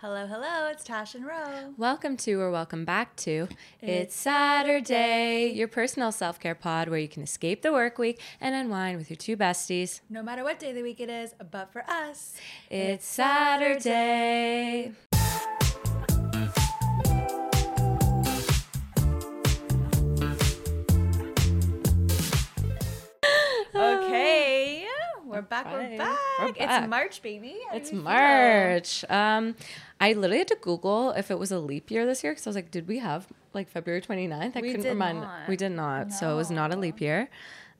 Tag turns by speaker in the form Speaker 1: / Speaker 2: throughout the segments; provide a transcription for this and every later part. Speaker 1: Hello, hello, it's Tash and Ro.
Speaker 2: Welcome to or welcome back to It's Saturday, your personal self care pod where you can escape the work week and unwind with your two besties.
Speaker 1: No matter what day of the week it is, but for us,
Speaker 2: It's Saturday.
Speaker 1: okay, we're back,
Speaker 2: Okay,
Speaker 1: we're
Speaker 2: we're
Speaker 1: back. It's
Speaker 2: back.
Speaker 1: March, baby. How
Speaker 2: It's
Speaker 1: do you feel?
Speaker 2: March. Um, I literally had to Google if it was a leap year this year because I was like, did we have like February 29th? I
Speaker 1: We
Speaker 2: couldn't
Speaker 1: did
Speaker 2: remind.
Speaker 1: not.
Speaker 2: We did not. So it was not a leap year.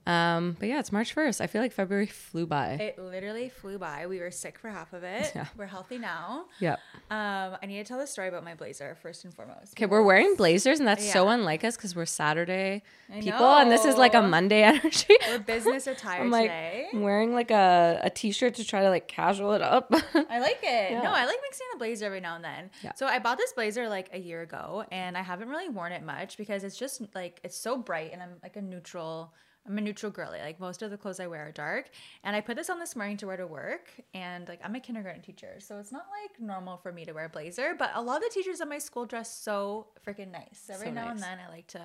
Speaker 2: Um, but yeah, it's March 1st. I feel like February flew by.
Speaker 1: It literally flew by. We were sick for half of it.
Speaker 2: Yeah.
Speaker 1: We're healthy now.
Speaker 2: yep.
Speaker 1: Um, I need to tell the story about my blazer first and foremost.
Speaker 2: Okay, we're wearing blazers, and that's so
Speaker 1: Yeah.
Speaker 2: unlike us because we're Saturday
Speaker 1: I
Speaker 2: people, and this is like a
Speaker 1: know.
Speaker 2: Monday energy.
Speaker 1: We're business attire
Speaker 2: I'm like
Speaker 1: today.
Speaker 2: I'm wearing like a, a t-shirt to try to like casual it up.
Speaker 1: I like it. No,
Speaker 2: Yeah.
Speaker 1: I like mixing in a blazer every now and then.
Speaker 2: Yeah.
Speaker 1: So I bought this blazer like a year ago and I haven't really worn it much because it's just like it's so bright and I'm like a neutral I'm a neutral girly. Like most of the clothes I wear are dark. And I put this on this morning to wear to work and like I'm a kindergarten teacher, so it's not like normal for me to wear a blazer, but a lot of the teachers at my school dress so freaking nice. Every
Speaker 2: So
Speaker 1: now and
Speaker 2: nice.
Speaker 1: then I like to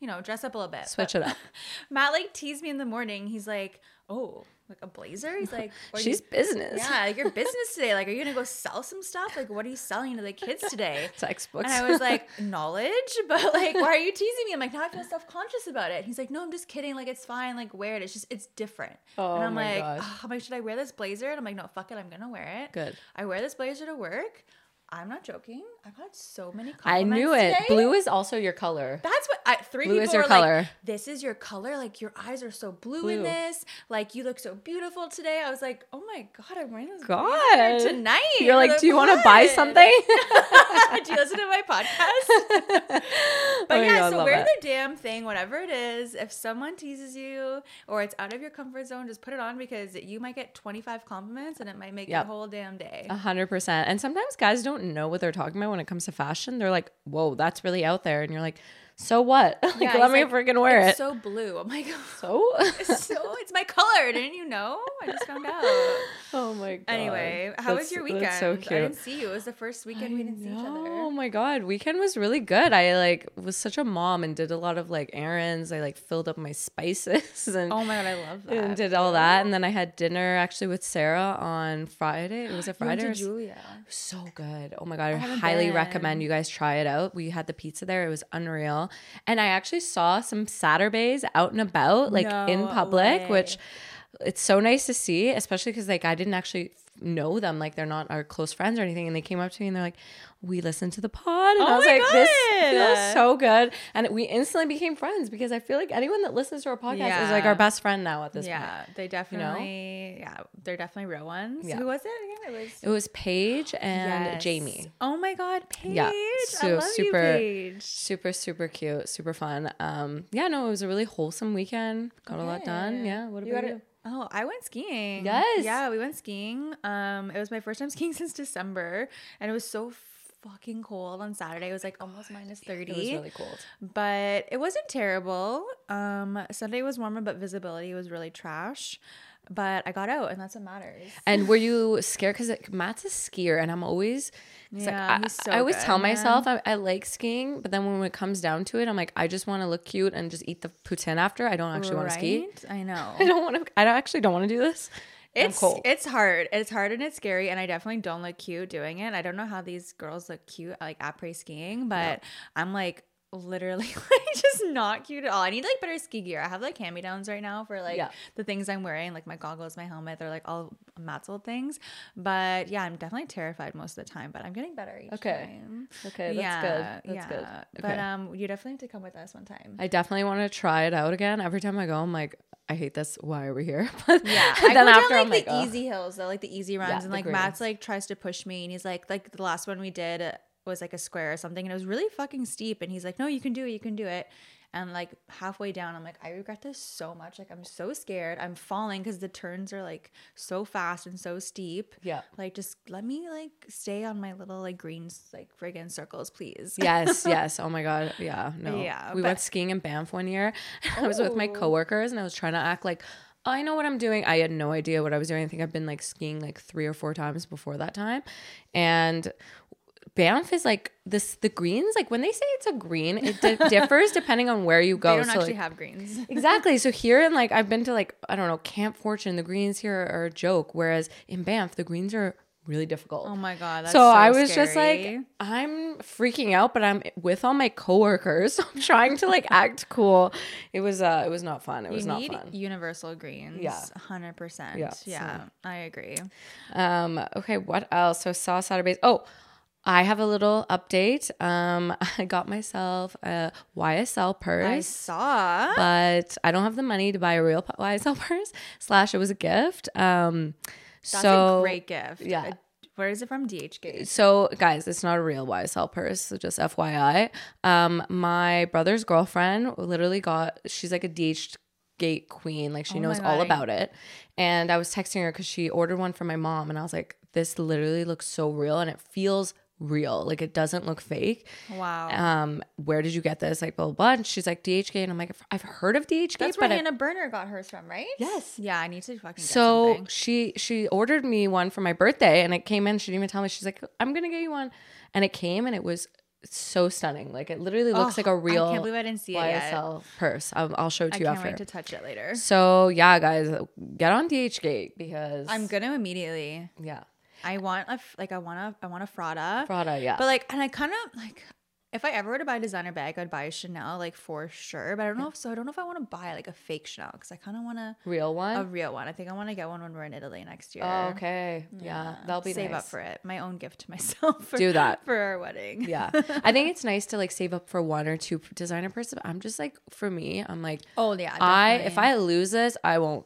Speaker 1: you know, dress up a little bit.
Speaker 2: Switch
Speaker 1: But
Speaker 2: it up.
Speaker 1: Matt like teased me in the morning. He's like, "Oh, like a blazer." He's like, "Or you-
Speaker 2: She's business.
Speaker 1: yeah, like your business today. Like, are you gonna go sell some stuff? Like, what are you selling to the kids today?
Speaker 2: textbooks.
Speaker 1: And I was like, knowledge, but like, why are you teasing me? I'm like, now I feel self conscious about it. He's like, no, I'm just kidding. Like, it's fine. Like, wear it. It's just, it's different.
Speaker 2: Oh
Speaker 1: and I'm
Speaker 2: my
Speaker 1: like,
Speaker 2: gosh.
Speaker 1: "Ugh," I'm like, should I wear this blazer? And I'm like, no, fuck it. I'm gonna wear it.
Speaker 2: Good.
Speaker 1: I wear this blazer to work. I'm not joking. I got so many
Speaker 2: I
Speaker 1: compliments.
Speaker 2: knew it.
Speaker 1: today.
Speaker 2: Blue is also your color.
Speaker 1: That's what I, three
Speaker 2: Blue
Speaker 1: people
Speaker 2: is your
Speaker 1: were like.
Speaker 2: color.
Speaker 1: This is your color. Like your eyes are so blue, in
Speaker 2: Blue.
Speaker 1: this. Like you look so beautiful today. I was like, oh my god, I'm wearing this
Speaker 2: God.
Speaker 1: blazer tonight.
Speaker 2: You're like,
Speaker 1: What
Speaker 2: do you want to buy
Speaker 1: fun."
Speaker 2: something?
Speaker 1: do you listen to my podcast? But
Speaker 2: Oh my
Speaker 1: yeah,
Speaker 2: God, I
Speaker 1: so
Speaker 2: love
Speaker 1: wear
Speaker 2: it.
Speaker 1: the damn thing, whatever it is. If someone teases you or it's out of your comfort zone, just put it on because you might get 25 compliments and it might make
Speaker 2: Yep.
Speaker 1: your whole damn day.
Speaker 2: A hundred percent. And sometimes guys don't know what they're talking about when it comes to fashion. They're like, "Whoa, that's really out there," and you're like, "So what? like,
Speaker 1: Yeah,
Speaker 2: let
Speaker 1: he's
Speaker 2: me
Speaker 1: like,
Speaker 2: freaking wear
Speaker 1: it's
Speaker 2: it."
Speaker 1: so blue. I'm like,
Speaker 2: So,
Speaker 1: so it's my color. Didn't you know? I just found out.
Speaker 2: oh my god.
Speaker 1: Anyway, how was
Speaker 2: That's-
Speaker 1: your weekend?
Speaker 2: That's so
Speaker 1: I
Speaker 2: cute.
Speaker 1: didn't see you. It was the first weekend we didn't see each
Speaker 2: Oh
Speaker 1: other.
Speaker 2: my god, weekend was really good. I like was such a mom and did a lot of like errands. I like filled up my spices and
Speaker 1: Oh my god, I love that.
Speaker 2: and did all that. And then I had dinner actually with Sarah on Friday. It was a
Speaker 1: You went
Speaker 2: Friday.
Speaker 1: to
Speaker 2: or s-
Speaker 1: Julia.
Speaker 2: so good. Oh my god, I,
Speaker 1: haven't
Speaker 2: highly
Speaker 1: been.
Speaker 2: recommend you guys try it out. We had the pizza there. It was unreal. And I actually saw some Saturdays out and about like in
Speaker 1: No
Speaker 2: public,
Speaker 1: way.
Speaker 2: which it's so nice to see, especially cuz like I didn't actually f- know them like they're not our close friends or anything and they came up to me and they're like we listened to the pod and
Speaker 1: Oh
Speaker 2: i was
Speaker 1: my
Speaker 2: like this
Speaker 1: God.
Speaker 2: feels so good and we instantly became friends because i feel like anyone that listens to our podcast is like
Speaker 1: Yeah.
Speaker 2: our best friend now at this point
Speaker 1: Yeah, they definitely. Yeah, they're definitely real ones.
Speaker 2: Yeah.
Speaker 1: Who was it? Again, it was
Speaker 2: it was paige and
Speaker 1: Yes.
Speaker 2: jamie
Speaker 1: Oh my God, Paige!
Speaker 2: Yeah,
Speaker 1: I
Speaker 2: so
Speaker 1: love
Speaker 2: super-
Speaker 1: you, Paige.
Speaker 2: super super cute super fun um yeah no it was a really wholesome weekend got a lot done
Speaker 1: Okay.
Speaker 2: yeah what about
Speaker 1: got
Speaker 2: you,
Speaker 1: it. Oh, I went skiing.
Speaker 2: Yes.
Speaker 1: Yeah, we went skiing. Um, it was my first time skiing since December, and it was so fucking cold on Saturday. It was like almost minus thirty.
Speaker 2: it was really cold
Speaker 1: but it wasn't terrible. Um, Sunday was warmer, but visibility was really trash. But I got out, and that's what matters.
Speaker 2: and were you scared because like, matt's a skier and i'm always it's
Speaker 1: Yeah,
Speaker 2: like, I,
Speaker 1: he's so
Speaker 2: I always
Speaker 1: good,
Speaker 2: tell
Speaker 1: man.
Speaker 2: myself I, I like skiing but then when it comes down to it i'm like i just want to look cute and just eat the poutine after i don't actually want to ski
Speaker 1: Right? I know.
Speaker 2: i don't want to i don't actually don't want to do this I'm
Speaker 1: It's
Speaker 2: cold.
Speaker 1: it's hard. It's hard and it's scary, and I definitely don't look cute doing it. I don't know how these girls look cute like après skiing, but I'm like literally like just not cute at all. I need like better ski gear. I have like hand me downs right now for like
Speaker 2: Yeah.
Speaker 1: the things I'm wearing, like my goggles, my helmet. They're like all Matt's old things, but yeah, I'm definitely terrified most of the time. But I'm getting better each
Speaker 2: Okay.
Speaker 1: time.
Speaker 2: okay that's good that's good
Speaker 1: But
Speaker 2: Okay.
Speaker 1: um, you definitely have to come with us one time.
Speaker 2: I definitely want to try it out again. Every time I go, I'm like, I hate this. Why are we here? But
Speaker 1: Yeah, I
Speaker 2: then
Speaker 1: go
Speaker 2: after,
Speaker 1: down,
Speaker 2: I'm
Speaker 1: like
Speaker 2: like,
Speaker 1: the
Speaker 2: "Ugh."
Speaker 1: easy hills, though, like the easy runs,
Speaker 2: Yeah,
Speaker 1: and
Speaker 2: the
Speaker 1: like
Speaker 2: great
Speaker 1: Matt's
Speaker 2: ones.
Speaker 1: like tries to push me, and he's like, like the last one we did uh, was like a square or something, and it was really fucking steep, and he's like, no, you can do it, you can do it, and like halfway down, I'm like, I regret this so much, like I'm so scared, I'm falling because the turns are like so fast and so steep,
Speaker 2: Yeah.
Speaker 1: like just let me like stay on my little like green like friggin' circles, please.
Speaker 2: yes, yes. Oh my god. Yeah. No.
Speaker 1: Yeah,
Speaker 2: We
Speaker 1: but- Oh.
Speaker 2: went skiing in Banff one year. I was with my coworkers and I was trying to act like I know what I'm doing. I had no idea what I was doing. I think I've been like skiing like three or four times before that time. And Banff is like this. The greens, like when they say it's a green, it di- differs depending on where you go.
Speaker 1: they don't
Speaker 2: so
Speaker 1: actually
Speaker 2: like,
Speaker 1: have greens.
Speaker 2: exactly. So here in like I've been to like I don't know Camp Fortune. The greens here are, a joke, whereas in Banff the greens are really difficult.
Speaker 1: Oh my god. That's
Speaker 2: so, I was just like,
Speaker 1: scary.
Speaker 2: I'm freaking out, but I'm with all my coworkers. So I'm trying to like act cool. It was uh, it was not fun. It was
Speaker 1: you
Speaker 2: not
Speaker 1: need
Speaker 2: fun.
Speaker 1: universal greens.
Speaker 2: Yeah.
Speaker 1: 100%.
Speaker 2: Yeah,
Speaker 1: Yeah.
Speaker 2: so-
Speaker 1: I agree.
Speaker 2: Um, okay, what else? So saw Saturdays. Oh, I have a little update. Um, I got myself a YSL
Speaker 1: I
Speaker 2: purse.
Speaker 1: saw.
Speaker 2: But I don't have the money to buy a real YSL purse. Slash, it was a gift. Um,
Speaker 1: That's
Speaker 2: so
Speaker 1: a great gift.
Speaker 2: yeah.
Speaker 1: Uh, Where is it from? DHgate.
Speaker 2: so guys, it's not a real YSL purse. So just FYI, um, my brother's girlfriend literally got. She's like a DH gate queen. Like she
Speaker 1: Oh my
Speaker 2: knows all
Speaker 1: God, I-
Speaker 2: about it. And I was texting her because she ordered one for my mom, and I was like, "This literally looks so real, and it feels real. Like it doesn't look fake."
Speaker 1: Wow.
Speaker 2: Um, where did you get this? Like blah blah. blah. And she's like DHgate, and I'm like, "I've heard of DHgate,
Speaker 1: That's
Speaker 2: but
Speaker 1: where
Speaker 2: I-
Speaker 1: Hannah Burner got hers from, right?
Speaker 2: Yes.
Speaker 1: Yeah, I need to fucking get
Speaker 2: so
Speaker 1: something.
Speaker 2: she she ordered me one for my birthday and it came in she didn't even tell me she's like i'm gonna get you one and it came and it was so stunning like it literally looks
Speaker 1: Oh,
Speaker 2: like a real
Speaker 1: I can't believe I didn't see it yet.
Speaker 2: ysl purse I'll, I'll show it
Speaker 1: I
Speaker 2: to you
Speaker 1: can't
Speaker 2: after
Speaker 1: wait to touch it later.
Speaker 2: so yeah guys get on dhgate because
Speaker 1: I'm gonna immediately.
Speaker 2: yeah
Speaker 1: I want a f- like I want a I want a Frada,
Speaker 2: prada yeah
Speaker 1: but like and I kind of like if I ever were to buy a designer bag, I'd buy a Chanel like for sure. But I don't know if so. I don't know if I want to buy like a fake Chanel because I kind of want to
Speaker 2: real one
Speaker 1: a real one. I think I want to get one when we're in Italy next year.
Speaker 2: oh, okay yeah, that'll be
Speaker 1: save
Speaker 2: nice.
Speaker 1: up for it. My own gift to myself. For,
Speaker 2: Do that.
Speaker 1: for our wedding.
Speaker 2: yeah i think it's nice to like save up for one or two designer purses i'm just like for me i'm like
Speaker 1: Oh yeah.
Speaker 2: I if
Speaker 1: definitely.
Speaker 2: I lose this, I won't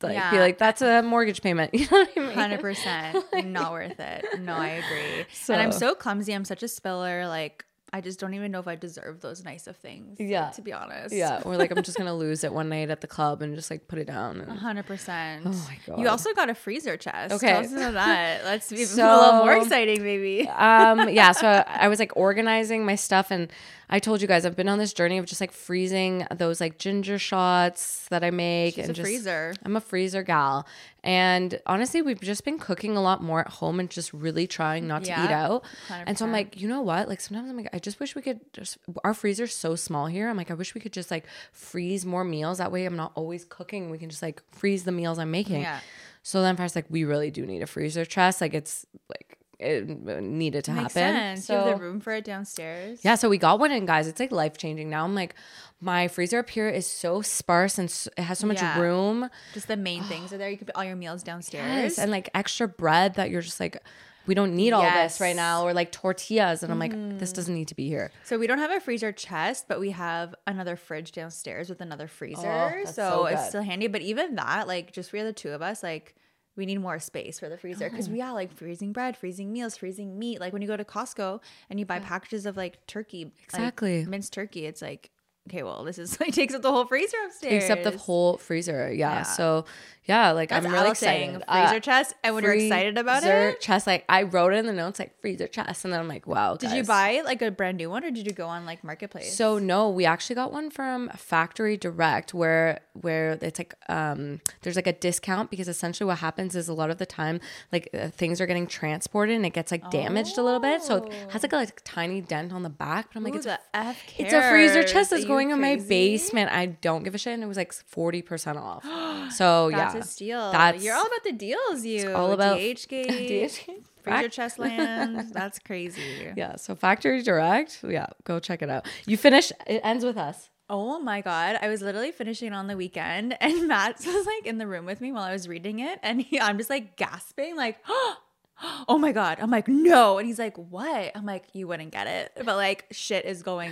Speaker 2: like be
Speaker 1: Yeah.
Speaker 2: like that's a mortgage payment. You know what I mean?
Speaker 1: Hundred percent, not worth it. No, I agree. And I'm
Speaker 2: So-
Speaker 1: so clumsy. I'm such a spiller. Like I just don't even know if I deserve those nice of things. like,
Speaker 2: Yeah.
Speaker 1: to be honest.
Speaker 2: Yeah, or like I'm just gonna lose it one night at the club and just like put it down. And
Speaker 1: hundred percent. Oh
Speaker 2: my God.
Speaker 1: You also got a freezer chest.
Speaker 2: Okay.
Speaker 1: Okay, listen to that. Let's be a
Speaker 2: So-
Speaker 1: little more exciting, maybe.
Speaker 2: um yeah so i was like organizing my stuff and i told you guys i've been on this journey of just like freezing those like ginger shots that i make
Speaker 1: She's
Speaker 2: and
Speaker 1: a
Speaker 2: just
Speaker 1: freezer.
Speaker 2: i'm a freezer gal and honestly we've just been cooking a lot more at home and just really trying not to eat
Speaker 1: Yeah,
Speaker 2: out and so i'm
Speaker 1: 100%.
Speaker 2: like you know what like sometimes i'm like i just wish we could just our freezer's so small here i'm like i wish we could just like freeze more meals that way i'm not always cooking we can just like freeze the meals i'm making
Speaker 1: Yeah.
Speaker 2: so then first like we really do need a freezer chest like it's like it needed to
Speaker 1: Makes
Speaker 2: happen.
Speaker 1: sense.
Speaker 2: So
Speaker 1: you have the room for it downstairs.
Speaker 2: yeah, so we got one in, guys. It's like life changing. Now I'm like, my freezer up here is so sparse and s it has so much
Speaker 1: Yeah.
Speaker 2: room.
Speaker 1: Just the main things are there. You could put all your meals downstairs.
Speaker 2: Yes, and like extra bread that you're just like, we don't need all this
Speaker 1: Yes. Mm.
Speaker 2: right now, or like tortillas. And I'm like, this doesn't need to be here.
Speaker 1: So we don't have a freezer chest, but we have another fridge downstairs with another freezer.
Speaker 2: Oh, that's
Speaker 1: so
Speaker 2: so good.
Speaker 1: it's still handy. But even that, like just for the two of us, like we need more space for the freezer because
Speaker 2: Uh-huh.
Speaker 1: we are like freezing bread, freezing meals, freezing meat. Like when you go to Costco and you buy packages of like turkey, like,
Speaker 2: Exactly.
Speaker 1: minced turkey, it's like okay, well this is like takes up the whole freezer upstairs.
Speaker 2: Except the whole freezer. Yeah.
Speaker 1: Yeah.
Speaker 2: So yeah, like
Speaker 1: That's
Speaker 2: I'm really
Speaker 1: Al saying,
Speaker 2: excited. Uh,
Speaker 1: Freezer chest, and when you're excited about it.
Speaker 2: Chest, like I wrote it in the notes, like freezer chest, and then I'm like, wow.
Speaker 1: Did you
Speaker 2: guys.
Speaker 1: buy like a brand new one, or did you go on like marketplace?
Speaker 2: So no, we actually got one from Factory Direct where where it's like um there's like a discount because essentially what happens is a lot of the time like uh, things are getting transported and it gets like damaged a little bit. So it has like a like tiny dent on the back, but I'm like
Speaker 1: Who
Speaker 2: it's
Speaker 1: the
Speaker 2: a
Speaker 1: F
Speaker 2: it's a freezer
Speaker 1: cares?
Speaker 2: chest
Speaker 1: Are
Speaker 2: that's
Speaker 1: you
Speaker 2: going in my
Speaker 1: crazy?
Speaker 2: basement. I don't give a shit and it was like 40% off. So
Speaker 1: That's
Speaker 2: yeah.
Speaker 1: a steal.
Speaker 2: That's
Speaker 1: You're all about the deals. You
Speaker 2: all about-
Speaker 1: DH gate,
Speaker 2: DHgate.
Speaker 1: freezer chest land. That's crazy.
Speaker 2: yeah, so Factory Direct, yeah, go check it out. You finish it ends with us.
Speaker 1: Oh my god! I was literally finishing on the weekend, and Matt was like in the room with me while I was reading it, and he, I'm just like gasping, like, "Oh my god!" I'm like, "No," and he's like, "What?" I'm like, "You wouldn't get it," but like, shit is going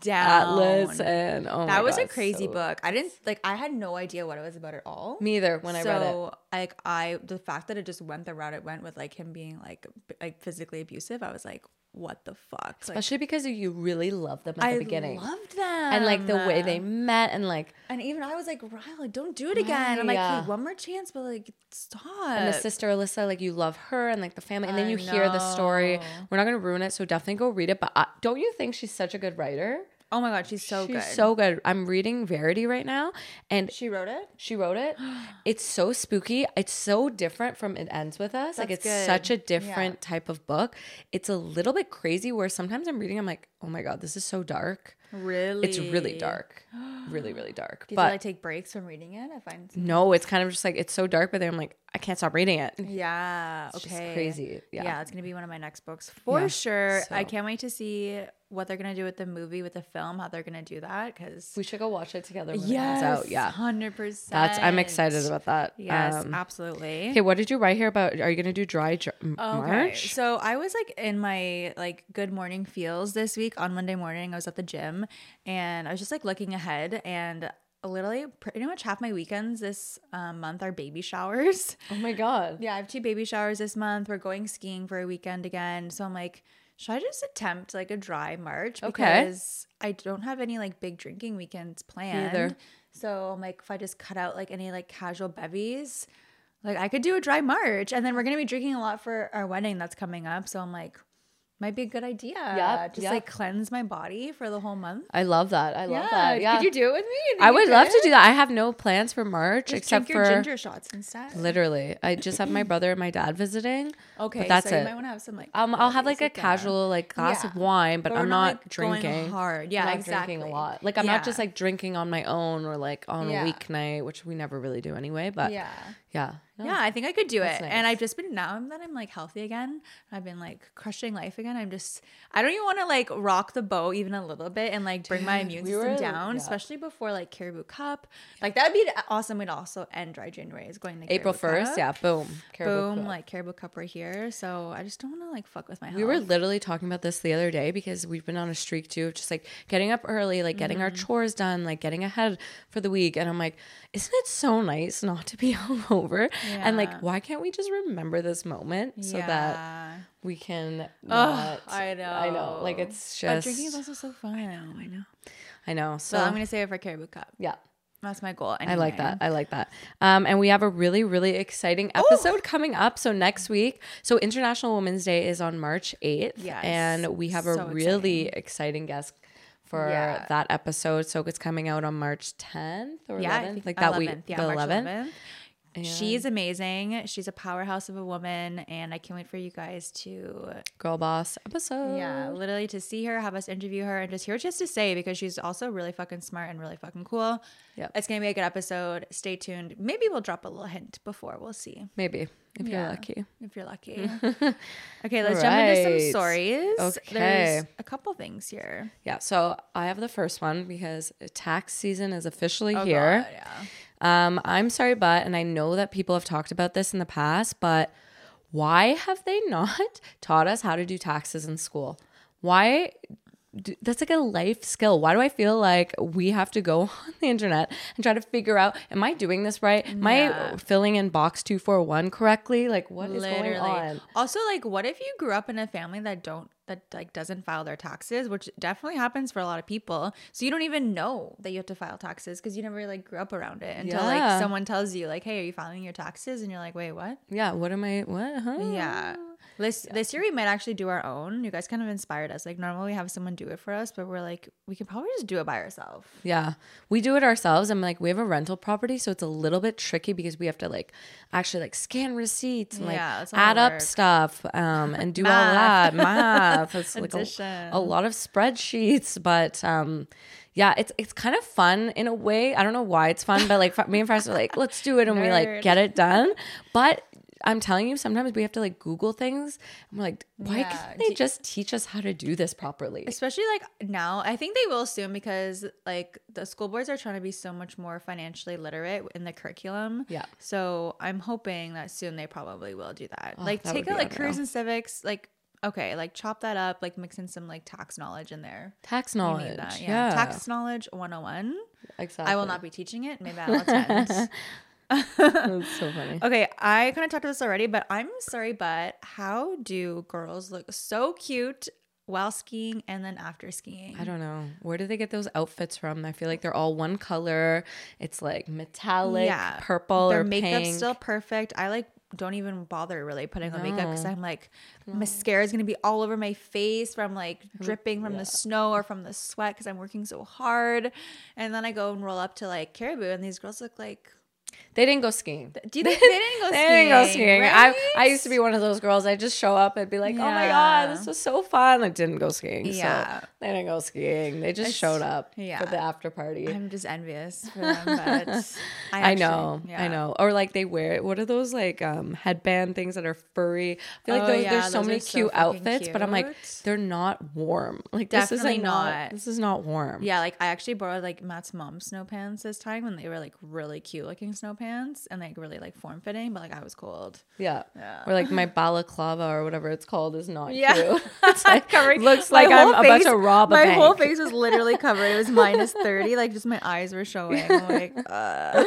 Speaker 1: down.
Speaker 2: Atlas and oh my
Speaker 1: that was
Speaker 2: God,
Speaker 1: a crazy
Speaker 2: so-
Speaker 1: book. I didn't like. I had no idea what it was about at all.
Speaker 2: Me either when I read it.
Speaker 1: so like I the fact that it just went the route it went with like him being like b- like physically abusive, I was like, what the fuck? Like,
Speaker 2: especially because you really love them at
Speaker 1: I
Speaker 2: the beginning
Speaker 1: loved them
Speaker 2: and like the way they met and like
Speaker 1: and even I was like, Riley, don't do it again. I'm like,
Speaker 2: yeah.
Speaker 1: hey, one more chance, but like stop.
Speaker 2: and the sister Alyssa like you love her and like the family and then
Speaker 1: I
Speaker 2: you hear the story
Speaker 1: know.
Speaker 2: we're not gonna ruin it so definitely go read it but I, don't you think she's such a good writer
Speaker 1: Oh my god, she's so
Speaker 2: She's
Speaker 1: good.
Speaker 2: so good. I'm reading Verity right now, and
Speaker 1: she wrote it.
Speaker 2: she wrote it. It's so spooky. It's so different from It Ends With Us. like, it's
Speaker 1: That's good.
Speaker 2: such a
Speaker 1: Yeah.
Speaker 2: different type of book. It's a little bit crazy where sometimes I'm reading, I'm like, oh my God, this is so dark.
Speaker 1: Really,
Speaker 2: It's really dark. Really, really dark.
Speaker 1: Do you
Speaker 2: but
Speaker 1: like take breaks from reading it? I find.
Speaker 2: no, it's kind of just like, it's so dark, but then I'm like, I can't stop reading it.
Speaker 1: Yeah.
Speaker 2: It's
Speaker 1: okay.
Speaker 2: just crazy. Yeah.
Speaker 1: Yeah. it's gonna be one of my next books for
Speaker 2: Yeah,
Speaker 1: sure. I
Speaker 2: so-
Speaker 1: can't wait to see what they're gonna do with the movie, with the film, how they're gonna do that. Because
Speaker 2: We should go watch it together when it comes out. Yeah.
Speaker 1: hundred percent.
Speaker 2: That's, I'm excited about that.
Speaker 1: Yes,
Speaker 2: Um,
Speaker 1: absolutely.
Speaker 2: okay. What did you write here about? Are you going to do dry j- m- March?
Speaker 1: So I was like in my like good morning feels this week on Monday morning. I was at the gym and I was just like looking ahead and literally pretty much half my weekends this um, month are baby showers.
Speaker 2: Oh my God.
Speaker 1: Yeah, I have two baby showers this month. We're going skiing for a weekend again. So I'm like, should I just attempt like a dry March?
Speaker 2: Okay.
Speaker 1: Because I don't have any like big drinking weekends planned. So I'm like, if I just cut out like any like casual bevies, like I could do a dry March. And then we're gonna be drinking a lot for our wedding that's coming up. So I'm like, might be a good idea. Yeah. Just
Speaker 2: yep.
Speaker 1: like cleanse my body for the whole month.
Speaker 2: I love that. I love that. Yeah.
Speaker 1: Could you do it with me? You think
Speaker 2: I
Speaker 1: you
Speaker 2: would love
Speaker 1: could?
Speaker 2: to do that. I have no plans for March
Speaker 1: Just
Speaker 2: except
Speaker 1: drink your
Speaker 2: for
Speaker 1: ginger shots instead.
Speaker 2: literally. I just have my brother and my dad visiting.
Speaker 1: okay,
Speaker 2: that's
Speaker 1: so
Speaker 2: it.
Speaker 1: you might want to have some like.
Speaker 2: Um, I'll have
Speaker 1: bevvies
Speaker 2: like a
Speaker 1: with dinner.
Speaker 2: casual like glass of
Speaker 1: Yeah.
Speaker 2: wine, but,
Speaker 1: But
Speaker 2: I'm
Speaker 1: we're
Speaker 2: not,
Speaker 1: like, going
Speaker 2: drinking.
Speaker 1: hard.
Speaker 2: I'm
Speaker 1: Yeah,
Speaker 2: not
Speaker 1: exactly.
Speaker 2: drinking a lot. Like I'm
Speaker 1: Yeah.
Speaker 2: not just like drinking on my own or like on
Speaker 1: Yeah.
Speaker 2: a weeknight, which we never really do anyway. But yeah,
Speaker 1: yeah.
Speaker 2: yeah, uh, No.
Speaker 1: Yeah, I think I could do it.
Speaker 2: That's
Speaker 1: And
Speaker 2: nice.
Speaker 1: I've just been now that I'm like healthy again, I've been like crushing life again. I'm just I don't even want to like rock the boat even a little bit and like bring my
Speaker 2: Dude,
Speaker 1: immune
Speaker 2: we
Speaker 1: system
Speaker 2: were-
Speaker 1: down,
Speaker 2: yeah.
Speaker 1: especially before like Caribou Cup. Like that'd be an awesome way to also end dry January is going to
Speaker 2: April
Speaker 1: Caribou
Speaker 2: first.
Speaker 1: Cup.
Speaker 2: Yeah, boom, Caribou
Speaker 1: Boom,
Speaker 2: Club.
Speaker 1: like Caribou Cup right here. So I just don't want to like fuck with my health.
Speaker 2: We were literally talking about this the other day because we've been on a streak too, of just like getting up early, like getting our
Speaker 1: Mm-hmm.
Speaker 2: chores done, like getting ahead for the week. And I'm like, isn't it so nice not to be hungover? And
Speaker 1: Yeah.
Speaker 2: like, why can't we just remember this moment so that
Speaker 1: Yeah.
Speaker 2: we can?
Speaker 1: Ugh,
Speaker 2: not-
Speaker 1: I know.
Speaker 2: I know. Like it's
Speaker 1: But
Speaker 2: just.
Speaker 1: drinking is also so fun. I know, I know.
Speaker 2: I know. So
Speaker 1: So I'm gonna save it for Caribou Cup.
Speaker 2: yeah.
Speaker 1: That's my goal.
Speaker 2: I
Speaker 1: anyway.
Speaker 2: like that. I like that. Um, and we have a really, really exciting
Speaker 1: Oh,
Speaker 2: episode coming up. So next week, so International Women's Day is on March eighth,
Speaker 1: Yes.
Speaker 2: and we have
Speaker 1: So
Speaker 2: a really exciting, guest for
Speaker 1: Yeah.
Speaker 2: that episode. So it's coming out on March tenth or
Speaker 1: yeah, I
Speaker 2: eleventh,
Speaker 1: think
Speaker 2: like that
Speaker 1: 11th,
Speaker 2: week,
Speaker 1: yeah,
Speaker 2: the
Speaker 1: March
Speaker 2: eleventh.
Speaker 1: 11th. She's amazing. She's a powerhouse of a woman, and I can't wait for you guys to,
Speaker 2: Girl Boss episode.
Speaker 1: yeah, literally to see her, have us interview her, and just hear what she has to say because she's also really fucking smart and really fucking cool.
Speaker 2: Yep.
Speaker 1: It's gonna be a good episode. Stay tuned. Maybe we'll drop a little hint before. We'll see
Speaker 2: maybe if
Speaker 1: Yeah.
Speaker 2: you're lucky.
Speaker 1: if you're lucky. okay, let's jump into some
Speaker 2: Right.
Speaker 1: stories.
Speaker 2: Okay.
Speaker 1: There's a couple things here.
Speaker 2: Yeah. So I have the first one because tax season is officially
Speaker 1: Oh,
Speaker 2: here.
Speaker 1: God, yeah.
Speaker 2: Um, I'm sorry, but, and I know that people have talked about this in the past, but why have they not taught us how to do taxes in school? Why? d- That's like a life skill. Why do I feel like we have to go on the internet and try to figure out, am I doing this right? Am
Speaker 1: Yeah.
Speaker 2: I filling in box 241 correctly? Like, what is going on?
Speaker 1: Also, like, what if you grew up in a family that don't that like doesn't file their taxes, which definitely happens for a lot of people. So you don't even know that you have to file taxes because you never like grew up around it until
Speaker 2: Yeah.
Speaker 1: like someone tells you like, "Hey, are you filing your taxes?" And you're like, "Wait, what?"
Speaker 2: Yeah. What am I? What? Huh?
Speaker 1: Yeah. This this year we might actually do our own. You guys kind of inspired us. Like normally we have someone do it for us, but we're like, we can probably just do it by ourselves.
Speaker 2: Yeah. We do it ourselves. I'm like, we have a rental property, so it's a little bit tricky because we have to like actually like scan receipts and like
Speaker 1: Yeah, it's a lot
Speaker 2: add
Speaker 1: of
Speaker 2: up
Speaker 1: work.
Speaker 2: stuff um, and do all
Speaker 1: Math.
Speaker 2: that math. It's like a, a
Speaker 1: Addition.
Speaker 2: lot of spreadsheets, but um, yeah, it's it's kind of fun in a way. I don't know why it's fun, but like fr- me and friends are like, let's do it, and we
Speaker 1: Nerd.
Speaker 2: like get it done. But I'm telling you, sometimes we have to like Google things, and we're like, why
Speaker 1: Yeah. Do
Speaker 2: can't they
Speaker 1: you-
Speaker 2: just teach us how to do this properly?
Speaker 1: especially like now i think they will soon because like the school boards are trying to be so much more financially literate in the curriculum
Speaker 2: Yeah.
Speaker 1: so i'm hoping that soon they probably will do that like
Speaker 2: Oh, that
Speaker 1: take
Speaker 2: would
Speaker 1: out
Speaker 2: be
Speaker 1: like
Speaker 2: unreal.
Speaker 1: careers and civics like okay like chop that up like mix in some like tax knowledge in there
Speaker 2: Tax
Speaker 1: You
Speaker 2: knowledge,
Speaker 1: need that,
Speaker 2: yeah.
Speaker 1: tax knowledge 101
Speaker 2: exactly.
Speaker 1: i will not be teaching it maybe i'll attend
Speaker 2: That's so funny.
Speaker 1: okay i kind of talked about this already but i'm sorry but how do girls look so cute while skiing and then after skiing
Speaker 2: I don't know. Where do they get those outfits from? I feel like they're all one color. It's like metallic,
Speaker 1: Yeah.
Speaker 2: purple,
Speaker 1: Their
Speaker 2: or
Speaker 1: makeup's
Speaker 2: pink.
Speaker 1: still perfect. I like don't even bother really putting on makeup because I'm like mascara is gonna be all over my face from like dripping from the snow or from the sweat because I'm working so hard. And then I go and roll up to like Caribou, and these girls look like
Speaker 2: They didn't go skiing.
Speaker 1: do you think they didn't go
Speaker 2: They
Speaker 1: skiing?
Speaker 2: didn't go skiing.
Speaker 1: right?
Speaker 2: I, I used to be one of those girls. I'd just show up and be like, oh my
Speaker 1: Yeah.
Speaker 2: God, this was so fun. I didn't go skiing.
Speaker 1: Yeah.
Speaker 2: So they didn't go skiing. They just
Speaker 1: It's-
Speaker 2: showed up
Speaker 1: yeah.
Speaker 2: for the after party.
Speaker 1: I'm just envious for them, but I,
Speaker 2: I
Speaker 1: actually-
Speaker 2: know, I
Speaker 1: yeah.
Speaker 2: know. Or like they wear what are those like um headband things that are furry? I feel like
Speaker 1: Oh,
Speaker 2: those,
Speaker 1: yeah,
Speaker 2: there's so
Speaker 1: those are
Speaker 2: many
Speaker 1: so
Speaker 2: cute
Speaker 1: fucking
Speaker 2: outfits, but I'm like,
Speaker 1: cute.
Speaker 2: they're not warm. Like this
Speaker 1: Definitely
Speaker 2: isn't
Speaker 1: not.
Speaker 2: This is not warm.
Speaker 1: Yeah, like I actually borrowed like Matt's mom's snow pants this time, and they were like really cute looking snow pants, and like really like form fitting, but like I was cold.
Speaker 2: yeah.
Speaker 1: Yeah.
Speaker 2: Or like my balaclava or whatever it's called is not
Speaker 1: Yeah.
Speaker 2: cute. It's like,
Speaker 1: Covering-
Speaker 2: looks
Speaker 1: my
Speaker 2: like I'm
Speaker 1: whole
Speaker 2: about
Speaker 1: face-
Speaker 2: to rob a
Speaker 1: my
Speaker 2: bank.
Speaker 1: whole face was literally covered. It was minus thirty. Like just my eyes were showing. I'm like, uh.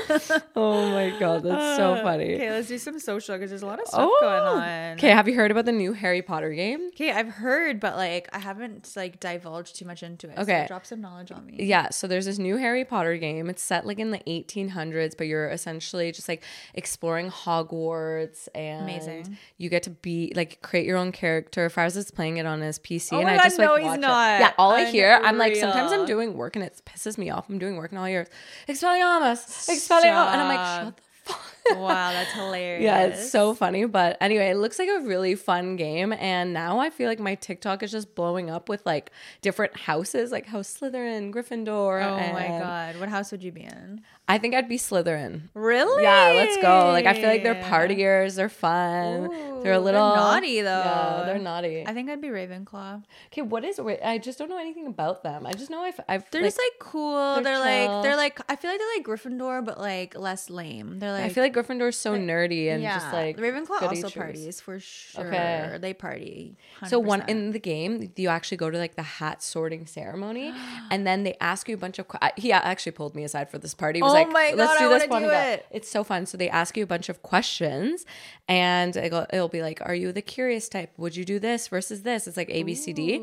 Speaker 2: Oh my god, that's so funny.
Speaker 1: Okay, let's do some social because there's a lot of stuff
Speaker 2: Oh.
Speaker 1: going on.
Speaker 2: Okay, have you heard about the new Harry Potter game?
Speaker 1: Okay, I've heard, but like I haven't like divulged too much into it. so
Speaker 2: Okay.
Speaker 1: drop some knowledge on me.
Speaker 2: Yeah, so there's this new Harry Potter game. It's set like in the 1800s, but you're essentially just like exploring Hogwarts and
Speaker 1: Amazing.
Speaker 2: you get to be like create your own character. Faraz is playing it on his PC
Speaker 1: Oh
Speaker 2: and
Speaker 1: my
Speaker 2: I
Speaker 1: God,
Speaker 2: just like
Speaker 1: no, he's
Speaker 2: watch it.
Speaker 1: not.
Speaker 2: Yeah, all I hear, I'm like sometimes I'm
Speaker 1: Unreal.
Speaker 2: doing work and it pisses me off. I'm doing work and all I hear is Expelliarmus, Expelliarmus, and I'm like
Speaker 1: Stop.
Speaker 2: shut the fuck.
Speaker 1: wow, that's hilarious.
Speaker 2: Yeah, it's so funny. But anyway, it looks like a really fun game. And now I feel like my TikTok is just blowing up with like different houses, like House Slytherin, Gryffindor.
Speaker 1: Oh my
Speaker 2: and
Speaker 1: god, what house would you be in?
Speaker 2: I think I'd be Slytherin.
Speaker 1: Really?
Speaker 2: Yeah, let's go. Like I feel like they're partiers, they're fun.
Speaker 1: Ooh,
Speaker 2: they're
Speaker 1: they're
Speaker 2: a little
Speaker 1: naughty, though.
Speaker 2: Yeah, they're naughty.
Speaker 1: I think I'd be Ravenclaw.
Speaker 2: Okay, what is wait, I just don't know anything about them. I just know I've I've
Speaker 1: They're
Speaker 2: like,
Speaker 1: just like cool.
Speaker 2: they're
Speaker 1: They're, like
Speaker 2: chill.
Speaker 1: they're like I feel like they're like Gryffindor, but like less lame. They're like
Speaker 2: I feel like Gryffindor's so nerdy and just like
Speaker 1: Ravenclaw
Speaker 2: goody
Speaker 1: also
Speaker 2: two-shoes.
Speaker 1: parties for sure.
Speaker 2: Okay.
Speaker 1: They party.
Speaker 2: So one
Speaker 1: 100%.
Speaker 2: in the game, you actually go to like the hat sorting ceremony, and then they ask you a bunch of. que- I- He actually pulled me aside for this party. He was
Speaker 1: Oh
Speaker 2: like,
Speaker 1: my God,
Speaker 2: "Let's do
Speaker 1: I
Speaker 2: this
Speaker 1: wanna
Speaker 2: one."
Speaker 1: do
Speaker 2: again."
Speaker 1: it.
Speaker 2: It's so fun. So they ask you a bunch of questions, and it'll, it'll be like, "Are you the curious type? Would you do this versus this?" It's like A B C D,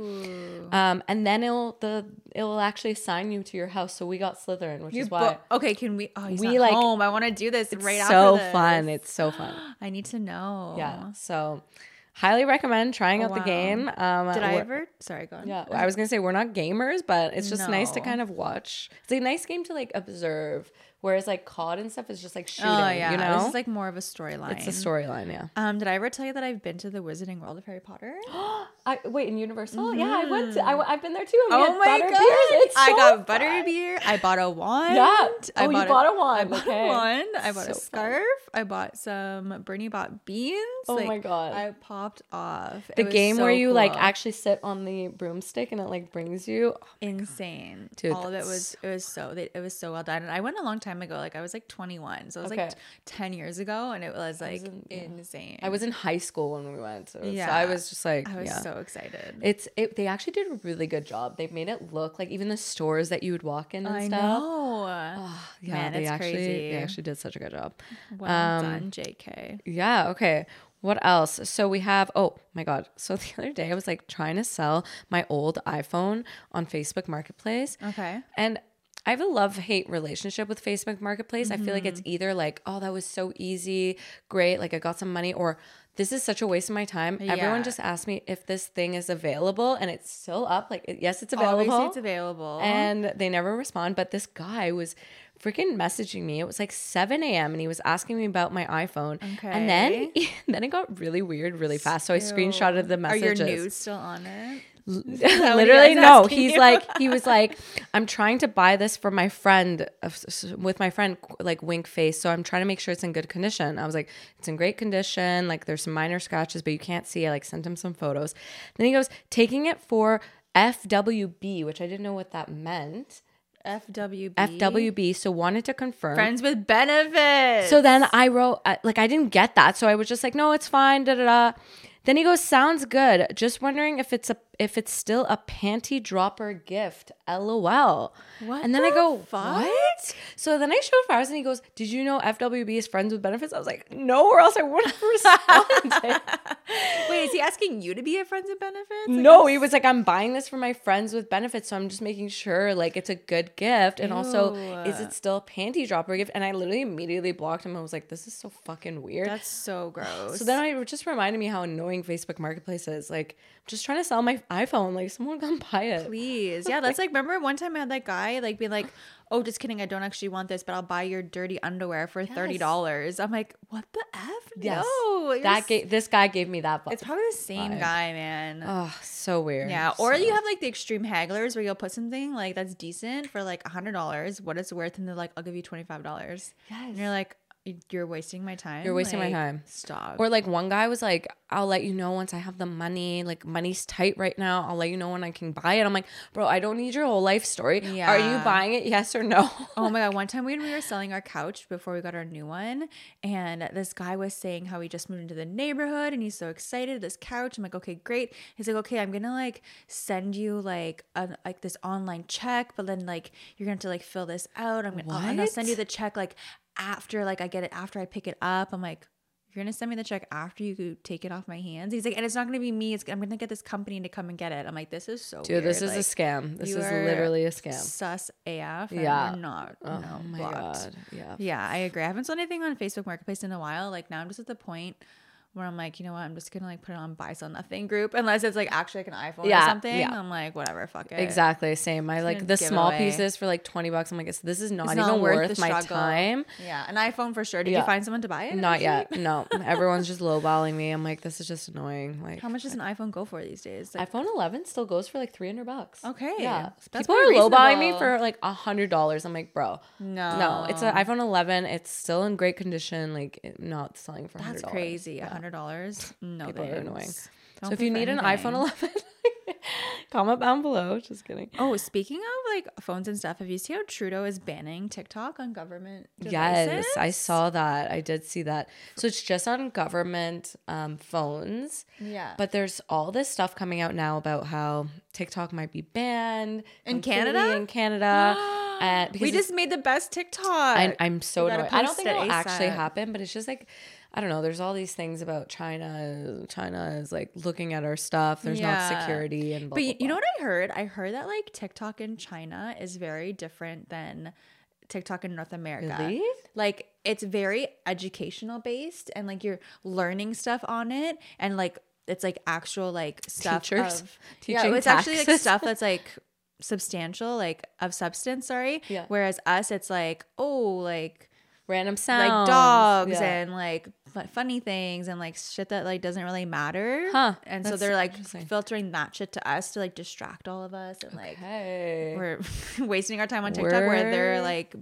Speaker 2: um, and then it'll the it'll actually assign you to your house. So we got Slytherin, which
Speaker 1: you
Speaker 2: is why.
Speaker 1: bo- okay, can we? Oh, he's
Speaker 2: We,
Speaker 1: not
Speaker 2: like-
Speaker 1: home. I want to do this
Speaker 2: it's
Speaker 1: right after.
Speaker 2: so
Speaker 1: this.
Speaker 2: fun. It's so fun.
Speaker 1: I need to know.
Speaker 2: Yeah. So highly recommend trying out
Speaker 1: Oh, Wow.
Speaker 2: the game. Um,
Speaker 1: Did I
Speaker 2: we're-
Speaker 1: ever? Sorry, go on.
Speaker 2: Yeah, I was gonna say we're not gamers, but it's just nice to
Speaker 1: No.
Speaker 2: kind of watch. It's a nice game to like observe, whereas like COD and stuff is just like shooting.
Speaker 1: Oh yeah.
Speaker 2: you know,
Speaker 1: This is like more of a storyline.
Speaker 2: it's a storyline. Yeah.
Speaker 1: Um, did I ever tell you that I've been to the Wizarding World of Harry Potter?
Speaker 2: I wait in Universal. Yeah, I went. To, I, have been there too.
Speaker 1: Oh my god! I got butter beer. I bought a wand.
Speaker 2: Yeah.
Speaker 1: I
Speaker 2: Oh, you
Speaker 1: a,
Speaker 2: bought a wand.
Speaker 1: I bought
Speaker 2: Okay.
Speaker 1: a wand. I bought
Speaker 2: So
Speaker 1: a
Speaker 2: fun.
Speaker 1: scarf. I bought some. Bernie bought beans.
Speaker 2: Oh my God.
Speaker 1: I popped off. It
Speaker 2: The
Speaker 1: was
Speaker 2: game
Speaker 1: so
Speaker 2: where you like
Speaker 1: cool.
Speaker 2: actually sit on the broomstick and it like brings you.
Speaker 1: insane.
Speaker 2: Dude,
Speaker 1: All of it
Speaker 2: that's
Speaker 1: was it was so it was so well done. And I went a long time ago. Like I was like 21, so it was like
Speaker 2: Okay.
Speaker 1: t- 10 years ago, and it was like
Speaker 2: in- yeah.
Speaker 1: insane.
Speaker 2: I was in high school when we went. So yeah,
Speaker 1: Yeah.
Speaker 2: I was just like,
Speaker 1: I was
Speaker 2: yeah.
Speaker 1: so excited.
Speaker 2: It's it. They actually did a really good job. They made it look like even the stores that you would walk in and
Speaker 1: I
Speaker 2: stuff.
Speaker 1: know.
Speaker 2: Oh, yeah,
Speaker 1: Man,
Speaker 2: they
Speaker 1: it's
Speaker 2: actually
Speaker 1: crazy.
Speaker 2: they actually did such a good job.
Speaker 1: well
Speaker 2: um,
Speaker 1: done, JK.
Speaker 2: Yeah, okay. What else? So we have oh my god. So the other day I was like trying to sell my old iPhone on Facebook Marketplace.
Speaker 1: Okay.
Speaker 2: And I have a love hate relationship with Facebook Marketplace. I feel like
Speaker 1: Mm-hmm.
Speaker 2: it's either like, oh, that was so easy, great, like I got some money, or this is such a waste of my time.
Speaker 1: Yeah.
Speaker 2: Everyone just asked me if this thing is available and it's still up. Like, it- yes, it's available.
Speaker 1: Obviously, it's available.
Speaker 2: And they never respond. But this guy was freaking messaging me. It was like 7 a.m. and he was asking me about my iPhone. And then then it got really weird really fast. So I screenshotted the
Speaker 1: Are your
Speaker 2: messages.
Speaker 1: nudes still on it? what he
Speaker 2: Literally,
Speaker 1: was
Speaker 2: no.
Speaker 1: asking
Speaker 2: He's
Speaker 1: you?
Speaker 2: like, he was like, I'm trying to buy this for my friend, uh, s- s- with my friend, qu- like wink face. So I'm trying to make sure it's in good condition. I was like, it's in great condition. Like there's some minor scratches, but you can't see. I like sent him some photos. Then he goes, taking it for FWB, which I didn't know what that meant.
Speaker 1: FWB.
Speaker 2: FWB. So wanted to confirm.
Speaker 1: Friends with benefits.
Speaker 2: So then I wrote, uh, like, I didn't get that. So I was just like, no, it's fine, da da da. Then he goes, "Sounds good. Just wondering if it's a if it's still a panty dropper gift. LOL."
Speaker 1: What
Speaker 2: And then I
Speaker 1: the
Speaker 2: go,
Speaker 1: fuck?
Speaker 2: "What?" So then I show Faraz, and he goes, "Did you know FWB is friends with benefits?" I was like, "No," or else I wouldn't respond.
Speaker 1: Wait, is he asking you to be a friends and benefits? Like,
Speaker 2: no, he was like, "I'm buying this for my friends with benefits, so I'm just making sure like it's a good gift." And also, is it still a panty dropper gift? And I literally immediately blocked him. I was like, "This is so fucking weird."
Speaker 1: That's so gross.
Speaker 2: So then I it just reminded me how annoying Facebook Marketplace is. Like, I'm just trying to sell my iPhone. Like, someone come buy it.
Speaker 1: please. Yeah, that's like remember one time I had that guy like be like, "Oh, just kidding. I don't actually want this, but I'll buy your dirty underwear for $30." I'm like, "What the f?"
Speaker 2: Yes.
Speaker 1: No. you're
Speaker 2: that
Speaker 1: s-
Speaker 2: ga- this guy gave me that.
Speaker 1: It's probably the same
Speaker 2: Vibe.
Speaker 1: guy, man.
Speaker 2: oh, so weird.
Speaker 1: yeah, or
Speaker 2: So-
Speaker 1: you have like the extreme hagglers where you'll put something like that's decent for like $100, what it's worth, and they're like, I'll give you $25. And you're
Speaker 2: Yes.
Speaker 1: like, You're wasting my time.
Speaker 2: You're wasting my
Speaker 1: Like,
Speaker 2: time.
Speaker 1: Stop.
Speaker 2: Or like one guy was like, "I'll let you know once I have the money. Like money's tight right now. I'll let you know when I can buy it." I'm like, "Bro, I don't need your whole life story. Are you
Speaker 1: Yeah.
Speaker 2: buying it? Yes or no?"
Speaker 1: Oh my god! One time when we were selling our couch before we got our new one, and this guy was saying how he just moved into the neighborhood and he's so excited. This couch. I'm like, okay, great. He's like, okay, I'm gonna like send you like a, like this online check, but then like you're gonna have to like fill this out. I'm gonna I'll- and I'll send you
Speaker 2: What?
Speaker 1: the check like after like I get it after I pick it up. I'm like. You're gonna send me the check after you take it off my hands. He's like, and it's not gonna be me. It's, I'm gonna get this company to come and get it. I'm like, this is so.
Speaker 2: Dude, this
Speaker 1: weird,
Speaker 2: is a
Speaker 1: like-
Speaker 2: scam. This is
Speaker 1: you are
Speaker 2: literally a scam.
Speaker 1: sus AF. And
Speaker 2: Yeah.
Speaker 1: yeah. We're not.
Speaker 2: Oh
Speaker 1: no,
Speaker 2: my
Speaker 1: blocked.
Speaker 2: god. Yeah.
Speaker 1: Yeah, I agree. I haven't sold anything on Facebook Marketplace in a while. Like now, I'm just at the point where I'm like, you know what? I'm just gonna like put it on buy sell nothing group unless it's like actually like an iPhone
Speaker 2: Yeah,
Speaker 1: or something.
Speaker 2: yeah.
Speaker 1: I'm like, whatever, fuck it.
Speaker 2: Exactly same. I like
Speaker 1: gonna
Speaker 2: the
Speaker 1: give it
Speaker 2: small
Speaker 1: away.
Speaker 2: pieces for like twenty bucks. I'm like, this is not
Speaker 1: It's
Speaker 2: even
Speaker 1: not worth
Speaker 2: worth,
Speaker 1: the
Speaker 2: my
Speaker 1: struggle.
Speaker 2: time.
Speaker 1: Yeah, an iPhone for sure. Did
Speaker 2: Yeah.
Speaker 1: you find someone to buy it?
Speaker 2: Not
Speaker 1: actually?
Speaker 2: yet. No, everyone's just lowballing me. I'm like, this is just annoying. Like,
Speaker 1: How much does an iPhone go for these days? Like,
Speaker 2: iPhone 11 still goes for like 300 bucks.
Speaker 1: Okay.
Speaker 2: Yeah.
Speaker 1: That's
Speaker 2: People are
Speaker 1: pretty
Speaker 2: lowballing me
Speaker 1: reasonable.
Speaker 2: for like hundred dollars. I'm like, bro,
Speaker 1: no,
Speaker 2: no, it's an iPhone 11. It's still in great condition. Like, it- not selling for $100.
Speaker 1: that's crazy. A hundred dollars. No,
Speaker 2: People are annoying.
Speaker 1: thanks.
Speaker 2: So
Speaker 1: Don't
Speaker 2: if you
Speaker 1: pay
Speaker 2: need
Speaker 1: for
Speaker 2: an
Speaker 1: anything.
Speaker 2: iPhone 11, comment down below. Just kidding.
Speaker 1: Oh, speaking of like phones and stuff, have you seen how Trudeau is banning TikTok on government?
Speaker 2: Yes,
Speaker 1: devices?
Speaker 2: I saw that. I did see that. So it's just on government um, phones.
Speaker 1: Yeah.
Speaker 2: But there's all this stuff coming out now about how TikTok might be banned
Speaker 1: In
Speaker 2: completely
Speaker 1: Canada?
Speaker 2: In Canada, uh, because
Speaker 1: we
Speaker 2: it's-
Speaker 1: just made the best TikTok.
Speaker 2: I, I'm so
Speaker 1: You gotta
Speaker 2: annoyed. I don't
Speaker 1: post
Speaker 2: think
Speaker 1: it
Speaker 2: it'll actually
Speaker 1: ASAP.
Speaker 2: happen, but it's just like I don't know. There's all these things about China. China is like looking at our stuff. There's not
Speaker 1: Yeah.
Speaker 2: security and blah,
Speaker 1: but
Speaker 2: blah,
Speaker 1: you, you know
Speaker 2: blah.
Speaker 1: what I heard? I heard that like TikTok in China is very different than TikTok in North America.
Speaker 2: Really?
Speaker 1: Like it's very educational based and like you're learning stuff on it and like it's like actual like stuff
Speaker 2: Teachers
Speaker 1: of
Speaker 2: teaching
Speaker 1: yeah, it's actually like
Speaker 2: taxes.
Speaker 1: stuff that's like substantial like of substance sorry
Speaker 2: Yeah.
Speaker 1: whereas us it's like oh like
Speaker 2: random sounds
Speaker 1: like dogs
Speaker 2: Yeah.
Speaker 1: and like fu- funny things and like shit that like doesn't really matter.
Speaker 2: Huh,
Speaker 1: And so
Speaker 2: that's
Speaker 1: they're like
Speaker 2: interesting.
Speaker 1: filtering that shit to us to like distract all of us and like
Speaker 2: Hey.
Speaker 1: we're wasting our time on TikTok where
Speaker 2: We're-
Speaker 1: they're like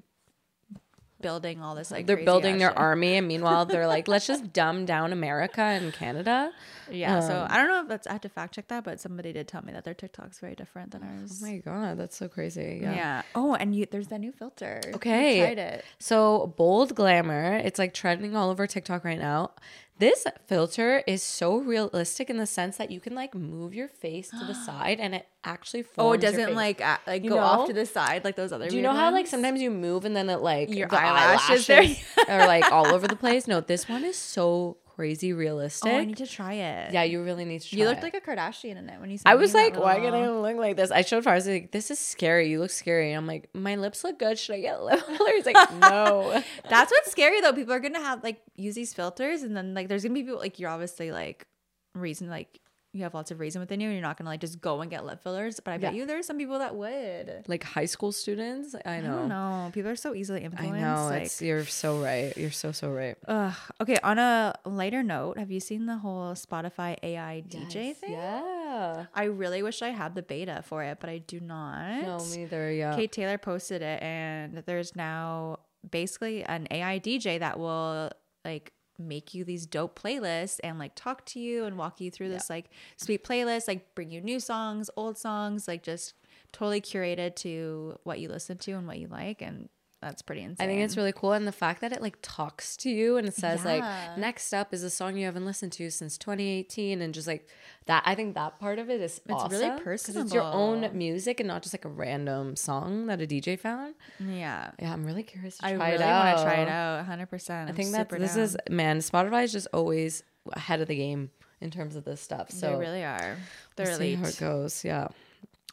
Speaker 1: building all this like
Speaker 2: they're
Speaker 1: crazy
Speaker 2: building their
Speaker 1: action.
Speaker 2: army, and meanwhile they're like, let's just dumb down America and Canada. Oh
Speaker 1: Yeah.
Speaker 2: Um,
Speaker 1: so I don't know if that's I have to fact check that, but somebody did tell me that their TikTok's very different than ours.
Speaker 2: Oh my god, that's so crazy.
Speaker 1: yeah.
Speaker 2: Yeah.
Speaker 1: Oh, and you there's that new filter. I
Speaker 2: Okay.
Speaker 1: tried it.
Speaker 2: So bold glamour, it's like trending all over TikTok right now. This filter is so realistic in the sense that you can like move your face to the side and it actually forms.
Speaker 1: Oh, it
Speaker 2: your
Speaker 1: doesn't
Speaker 2: face.
Speaker 1: like a- like
Speaker 2: You
Speaker 1: go off
Speaker 2: know?
Speaker 1: to the side like those other.
Speaker 2: Do you
Speaker 1: weird
Speaker 2: know how like
Speaker 1: ones?
Speaker 2: sometimes you move and then it like
Speaker 1: Your
Speaker 2: the
Speaker 1: eyelashes there.
Speaker 2: are like all over the place? No, this one is so crazy realistic.
Speaker 1: Oh, I need to try it.
Speaker 2: yeah, you really need to. Try
Speaker 1: You looked
Speaker 2: it.
Speaker 1: like a Kardashian in it when you. Sent
Speaker 2: I was
Speaker 1: me that
Speaker 2: like, why can I
Speaker 1: little-
Speaker 2: look like this? I showed Faraz like, this is scary. You look scary. And I'm like, my lips look good. Should I get lip filler? He's like, no.
Speaker 1: That's what's scary though. People are gonna have like use these filters, and then like there's gonna be people like you're obviously like reason like you have lots of reason within you, and you're not gonna like just go and get lip fillers. But I bet
Speaker 2: Yeah.
Speaker 1: you there are some people that would.
Speaker 2: like high school students. I
Speaker 1: I
Speaker 2: know.
Speaker 1: don't know. People are so easily
Speaker 2: I
Speaker 1: influenced.
Speaker 2: know.
Speaker 1: Like,
Speaker 2: it's, you're so right. You're so so right.
Speaker 1: ugh. okay. On a lighter note, have you seen the whole Spotify AI DJ thing?
Speaker 2: Yeah.
Speaker 1: I really wish I had the beta for it, but I do not.
Speaker 2: No, me either. Yeah.
Speaker 1: Kate Taylor posted it, and there's now basically an AI DJ that will like make you these dope playlists and like talk to you and walk you through this like sweet playlist, like bring you new songs, old songs, like just totally curated to what you listen to and what you like. And That's pretty insane.
Speaker 2: I think it's really cool. And the fact that it like talks to you and it says
Speaker 1: Yeah.
Speaker 2: like next up is a song you haven't listened to since 2018 and just like that I think that part of it is
Speaker 1: It's really
Speaker 2: awesome 'cause It's your own
Speaker 1: personable.
Speaker 2: music and not just like a random song that a DJ found.
Speaker 1: yeah.
Speaker 2: Yeah, I'm really curious to
Speaker 1: I
Speaker 2: try
Speaker 1: really
Speaker 2: it out.
Speaker 1: want to try it out. 100. percent
Speaker 2: I think that this is man, Spotify is just always ahead of the game in terms of this stuff. So
Speaker 1: they really are. They're
Speaker 2: we'll see
Speaker 1: elite.
Speaker 2: how it goes. Yeah.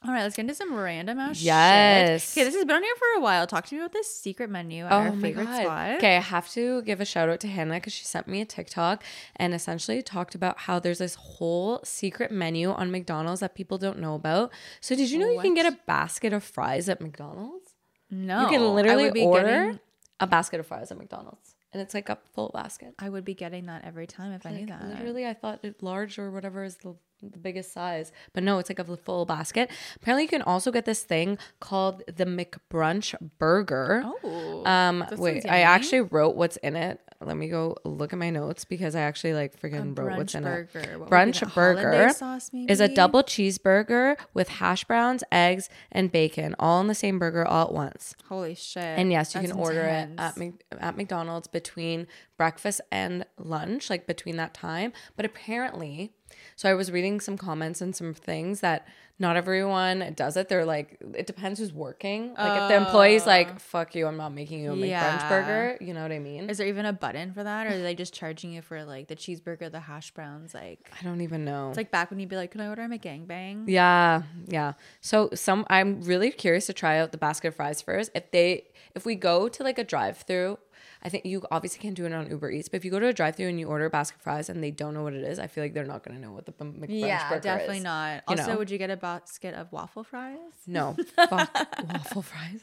Speaker 1: All right, let's get into some random ass
Speaker 2: Yes.
Speaker 1: shit. Okay, this has been on here for a while. Talk to me about this secret menu at our favorite spot.
Speaker 2: Oh Okay, I have to give a shout out to Hannah because she sent me a TikTok and essentially talked about how there's this whole secret menu on McDonald's that people don't know about. So did you know you can get a basket of fries at McDonald's?
Speaker 1: No. Oh, I
Speaker 2: You can
Speaker 1: would
Speaker 2: literally
Speaker 1: be
Speaker 2: order
Speaker 1: getting-
Speaker 2: a basket of fries at McDonald's, and it's like a full basket.
Speaker 1: I would be getting that every time if I knew that.
Speaker 2: Literally, I thought it large or whatever is the, the biggest size, but no, it's like a full basket. Apparently, you can also get this thing called the McBrunch Burger.
Speaker 1: Oh.
Speaker 2: Um,
Speaker 1: That
Speaker 2: wait,
Speaker 1: sounds
Speaker 2: I
Speaker 1: yummy.
Speaker 2: actually wrote what's in it. Let me go look at my notes because I actually like freaking wrote what's
Speaker 1: brunch
Speaker 2: in
Speaker 1: burger.
Speaker 2: it.
Speaker 1: What would be
Speaker 2: brunch
Speaker 1: that?
Speaker 2: burger
Speaker 1: Hollandaise sauce,
Speaker 2: is a
Speaker 1: maybe?
Speaker 2: double cheeseburger with hash browns, eggs, and bacon, all in the same burger all at once.
Speaker 1: Holy shit.
Speaker 2: And yes, you
Speaker 1: That's
Speaker 2: can order
Speaker 1: intense.
Speaker 2: it at, Mc- at McDonald's between breakfast and lunch, like between that time. But apparently, so I was reading some comments and some things that not everyone does it. They're like, it depends who's working. Like if the employee's like, "Fuck you, I'm not making you a McBrunch
Speaker 1: Oh. Yeah.
Speaker 2: burger," you know what I mean?
Speaker 1: Is there even a button for that, or are they just charging you for like the cheeseburger, the hash browns? Like
Speaker 2: I don't even know.
Speaker 1: it's like back when you'd be like, "Can I order my gangbang?"
Speaker 2: Yeah, yeah. So some I'm really curious to try out the basket of fries first. If they if we go to like a drive-through, I think you obviously can't do it on Uber Eats, but if you go to a drive-through and you order a basket of fries and they don't know what it is, I feel like they're not going to know what the b- McBrunch burger is.
Speaker 1: definitely not.
Speaker 2: you
Speaker 1: Also,
Speaker 2: know.
Speaker 1: would you get a basket of waffle fries?
Speaker 2: No. Fuck waffle fries.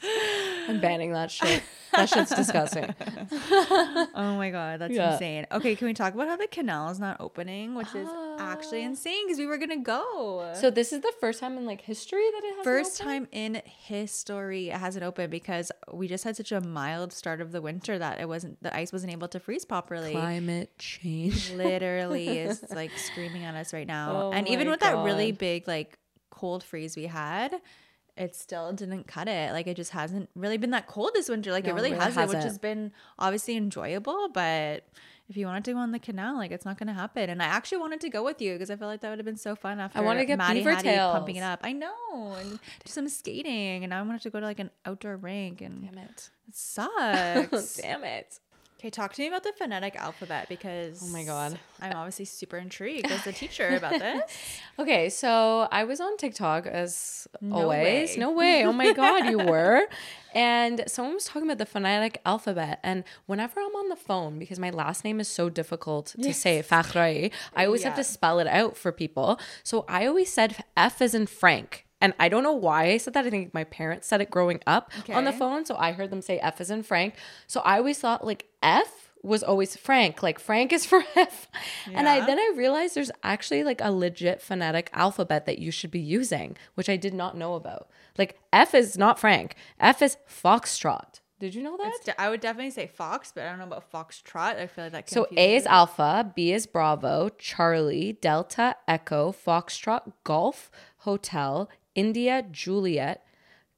Speaker 2: I'm banning that shit. That shit's disgusting.
Speaker 1: Oh my god, that's
Speaker 2: Yeah.
Speaker 1: insane. Okay, can we talk about how the canal is not opening, which is actually insane because we were gonna go.
Speaker 2: So this is the first time in like history that it has
Speaker 1: First time in history it hasn't opened because we just had such a mild start of the winter that it wasn't the ice wasn't able to freeze properly.
Speaker 2: climate change.
Speaker 1: literally is like screaming at us right now.
Speaker 2: Oh
Speaker 1: and even
Speaker 2: my
Speaker 1: with that really
Speaker 2: God.
Speaker 1: big like cold freeze we had, it still didn't cut it. Like it just hasn't really been that cold this winter. Like
Speaker 2: No,
Speaker 1: it
Speaker 2: it
Speaker 1: really,
Speaker 2: really
Speaker 1: hasn't, which has
Speaker 2: hasn't.
Speaker 1: been obviously enjoyable, but if you wanted to go on the canal, like it's not going to happen. And I actually wanted to go with you because I felt like that would have been so fun after
Speaker 2: wanna get
Speaker 1: Maddie
Speaker 2: beaver
Speaker 1: Hattie pumping it
Speaker 2: tails.
Speaker 1: up. I know, and do some skating, and now I'm gonna have to go to like an outdoor rink, and
Speaker 2: Damn it.
Speaker 1: it sucks.
Speaker 2: Damn it.
Speaker 1: Okay, talk to me about the phonetic alphabet because
Speaker 2: Oh my God.
Speaker 1: I'm obviously super intrigued as a teacher about this.
Speaker 2: Okay, so I was on TikTok as always.
Speaker 1: way.
Speaker 2: No way. Oh my God, you were. And someone was talking about the phonetic alphabet. And whenever I'm on the phone, because my last name is so difficult to say, Fakhrai, I always have
Speaker 1: Yeah.
Speaker 2: to spell it out for people. So I always said F as in Frank. And I don't know why I said that. I think my parents said it growing up on the
Speaker 1: Okay.
Speaker 2: phone. So I heard them say F as in Frank. So I always thought like F was always Frank. Like Frank is for F. And I
Speaker 1: Yeah.
Speaker 2: then then I realized there's actually like a legit phonetic alphabet that you should be using, which I did not know about. Like F is not Frank. F is Foxtrot. Did you know that?
Speaker 1: It's de- I would definitely say fox, but I don't know about foxtrot. I feel like that.
Speaker 2: So A
Speaker 1: confuses
Speaker 2: is Alpha, B is Bravo, Charlie, Delta, Echo, Foxtrot, Golf, Hotel, India, Juliet,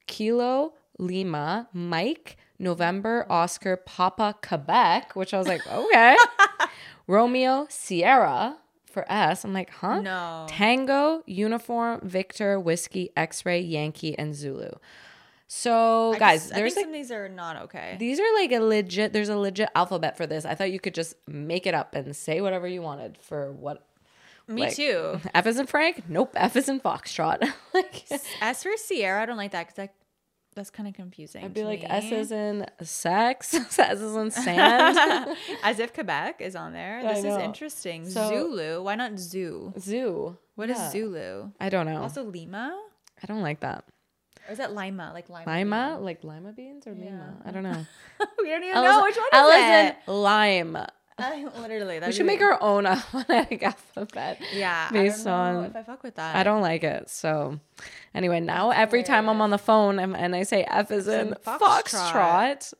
Speaker 2: Kilo, Lima, Mike, November, Oscar, Papa, Quebec, which I was like, okay. Romeo, Sierra for S. I'm like, huh?
Speaker 1: No.
Speaker 2: Tango, Uniform, Victor, Whiskey, X Ray, Yankee, and Zulu. So,
Speaker 1: me. I
Speaker 2: guys,
Speaker 1: just- I
Speaker 2: there's
Speaker 1: think
Speaker 2: like
Speaker 1: some of these are not okay.
Speaker 2: these are like a legit. There's a legit alphabet for this. I thought you could just make it up and say whatever you wanted for what.
Speaker 1: Me
Speaker 2: like-
Speaker 1: too.
Speaker 2: F is in Frank. Nope. F is in Foxtrot. like
Speaker 1: As for Sierra, I don't like that because that, that's kind of confusing.
Speaker 2: I'd be
Speaker 1: to
Speaker 2: like
Speaker 1: me.
Speaker 2: S is in sex. S is in sand.
Speaker 1: As if Quebec is on there.
Speaker 2: I
Speaker 1: This is
Speaker 2: know.
Speaker 1: interesting.
Speaker 2: So-
Speaker 1: Zulu. Why not zoo?
Speaker 2: Zoo.
Speaker 1: What is
Speaker 2: Yeah.
Speaker 1: Zulu?
Speaker 2: I don't know.
Speaker 1: Also Lima?
Speaker 2: I don't like that.
Speaker 1: Or is that Lima? Like Lima.
Speaker 2: Lima, like lima beans or lima. I don't know.
Speaker 1: we don't even
Speaker 2: L
Speaker 1: know
Speaker 2: is-
Speaker 1: which one
Speaker 2: L
Speaker 1: is
Speaker 2: is
Speaker 1: it.
Speaker 2: in lime.
Speaker 1: I- literally,
Speaker 2: We should make our own phonetic alphabet.
Speaker 1: yeah I don't
Speaker 2: based
Speaker 1: know
Speaker 2: on-
Speaker 1: if I fuck with that.
Speaker 2: I don't like it. So, anyway, now every time I'm on the phone and, and I say F is in
Speaker 1: in
Speaker 2: Foxtrot.
Speaker 1: Foxtrot.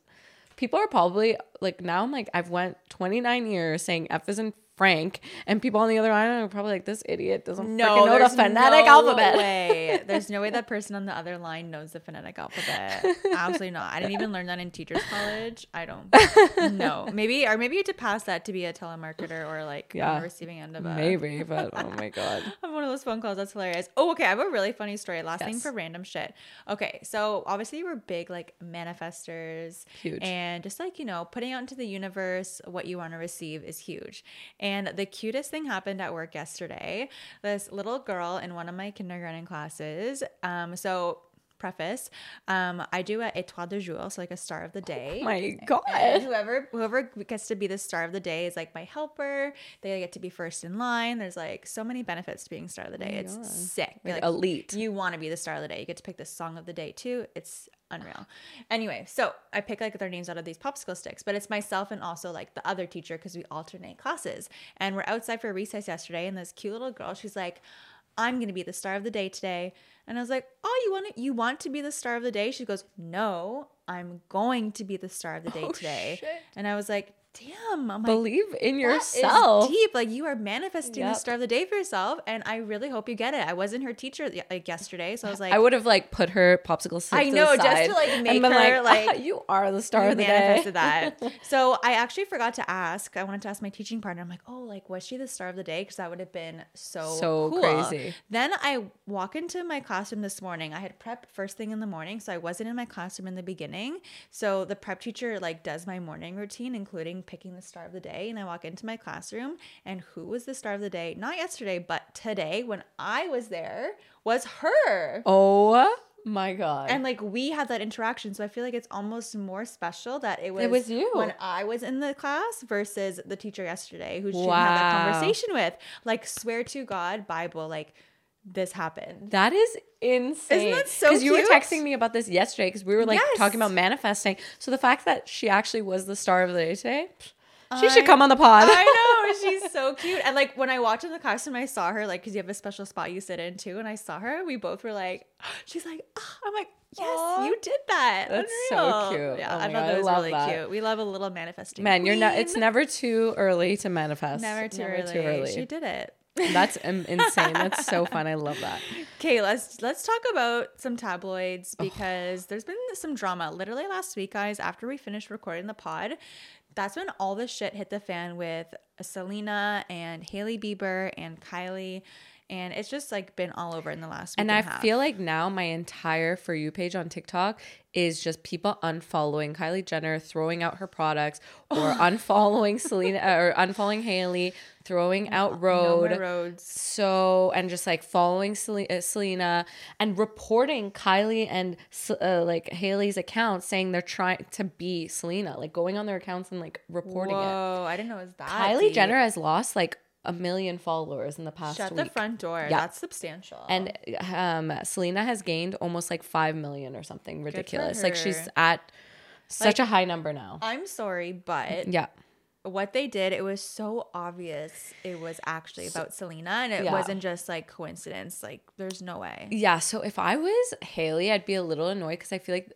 Speaker 2: people are probably like, now I'm like, I've went 29 years saying F is in Frank, and people on the other end are probably like, this idiot doesn't freaking know the
Speaker 1: there's
Speaker 2: phonetic
Speaker 1: no
Speaker 2: alphabet.
Speaker 1: way. way. There's no way that person on the other line knows the phonetic alphabet. Absolutely not. I didn't even learn that in teachers college. I don't know. Maybe or maybe you had to pass that to be a telemarketer or like on
Speaker 2: Yeah.
Speaker 1: the receiving end of a
Speaker 2: Maybe, but oh my god.
Speaker 1: of one of those phone calls. That's hilarious. Oh, okay. I have a really funny story. Last thing
Speaker 2: Yes.
Speaker 1: for random shit. Okay, so obviously we're big like manifestors,
Speaker 2: Huge.
Speaker 1: and just like you know, putting out into the universe what you want to receive is huge. And the cutest thing happened at work yesterday. This little girl in one of my kindergarten classes. Um, so preface, um, I do a étoile de jour, so like a star of the day.
Speaker 2: Oh My
Speaker 1: And
Speaker 2: god.
Speaker 1: whoever whoever gets to be the star of the day is like my helper. They get to be first in line. There's like so many benefits to being star of the day. it's sick. You're,
Speaker 2: Oh Like,
Speaker 1: like,
Speaker 2: elite.
Speaker 1: you want to be the star of the day. You get to pick the song of the day too. It's unreal. Anyway, so I pick like their names out of these popsicle sticks, but it's myself and also like the other teacher because we alternate classes. And we're outside for recess yesterday, and this cute little girl, she's like, "I'm gonna be the star of the day today." And I was like, "Oh, you want to, you want to be the star of the day?" She goes, "No, I'm going to be the star of the day today."
Speaker 2: shit.
Speaker 1: And I was like, "Damn, I'm like,
Speaker 2: Believe in
Speaker 1: that is
Speaker 2: yourself.
Speaker 1: deep. Like you are manifesting
Speaker 2: Yep.
Speaker 1: the star of the day for yourself, and I really hope you get it. I wasn't her teacher y- like yesterday, so I was like,
Speaker 2: I would have like put her popsicle stick.
Speaker 1: I
Speaker 2: to the
Speaker 1: know, just to,
Speaker 2: side
Speaker 1: like,
Speaker 2: and
Speaker 1: make
Speaker 2: been
Speaker 1: her,
Speaker 2: like,
Speaker 1: like,
Speaker 2: "Ah, you are the
Speaker 1: "You
Speaker 2: star of the day.
Speaker 1: manifested that. so I actually forgot to ask. I wanted to ask my teaching partner. I'm like, oh, like was she the star of the day? Because that would have been so
Speaker 2: So
Speaker 1: cool.
Speaker 2: crazy.
Speaker 1: Then I walk into my classroom this morning. I had prep first thing in the morning, so I wasn't in my classroom in the beginning. So the prep teacher like does my morning routine, including picking the star of the day. And I walk into my classroom, and who was the star of the day? Not yesterday, but today when I was there was her.
Speaker 2: Oh my god.
Speaker 1: And like we had that interaction, so I feel like it's almost more special that it was
Speaker 2: was you.
Speaker 1: when I was in the class versus the teacher yesterday who she didn't have that
Speaker 2: Wow.
Speaker 1: conversation with. Like swear to God, Bible, like this happened.
Speaker 2: That is insane.
Speaker 1: that so
Speaker 2: you were
Speaker 1: cute?
Speaker 2: texting me about this yesterday because we were like
Speaker 1: Yes.
Speaker 2: talking about manifesting. So the fact that she actually was the star of the day today, pff, she should
Speaker 1: I-
Speaker 2: come on the pod.
Speaker 1: I know she's so cute, and like when I walked in the classroom, I saw her like because you have a special spot you sit in too, and I saw her. We both were like, she's like, "Ah." I'm like, yes,
Speaker 2: Aw.
Speaker 1: you did that.
Speaker 2: That's so
Speaker 1: Unreal.
Speaker 2: cute.
Speaker 1: Yeah,
Speaker 2: Oh
Speaker 1: I thought
Speaker 2: my God, I
Speaker 1: that was
Speaker 2: love
Speaker 1: really
Speaker 2: that.
Speaker 1: cute. We love a little manifesting.
Speaker 2: Man, you're not.
Speaker 1: queen.
Speaker 2: It's never too early to manifest.
Speaker 1: never too early. She did it.
Speaker 2: That's um, insane. That's so fun. I love that.
Speaker 1: Okay, let's let's talk about some tabloids because there's been some drama. Literally last week, guys, after we finished recording the pod, that's when all this shit hit the fan with Selena and Haley Bieber and Kylie, and it's just like been all over in the last. Week
Speaker 2: And
Speaker 1: and,
Speaker 2: I
Speaker 1: a half.
Speaker 2: feel like now my entire For You page on TikTok is just people unfollowing Kylie Jenner, throwing out her products, or unfollowing Selena or unfollowing Haley, throwing out
Speaker 1: No more
Speaker 2: Road.
Speaker 1: roads.
Speaker 2: so and just like following Sel- uh, Selena and reporting Kylie and Se- uh, like Haley's accounts saying they're trying to be Selena, like going on their accounts and like reporting it.
Speaker 1: Whoa, I didn't know it was that.
Speaker 2: Kylie
Speaker 1: deep.
Speaker 2: Jenner has lost like a million followers in the past
Speaker 1: Shut
Speaker 2: week.
Speaker 1: the front door.
Speaker 2: Yeah.
Speaker 1: That's substantial.
Speaker 2: and um, Selena has gained almost like five million or something ridiculous. Like she's
Speaker 1: her.
Speaker 2: at such a high number now.
Speaker 1: I'm sorry, but
Speaker 2: Yeah,
Speaker 1: what they did, it was so obvious it was actually about Selena and it
Speaker 2: Yeah.
Speaker 1: wasn't just like coincidence. Like, there's no way.
Speaker 2: yeah. So if I was Haley, I'd be a little annoyed because I feel like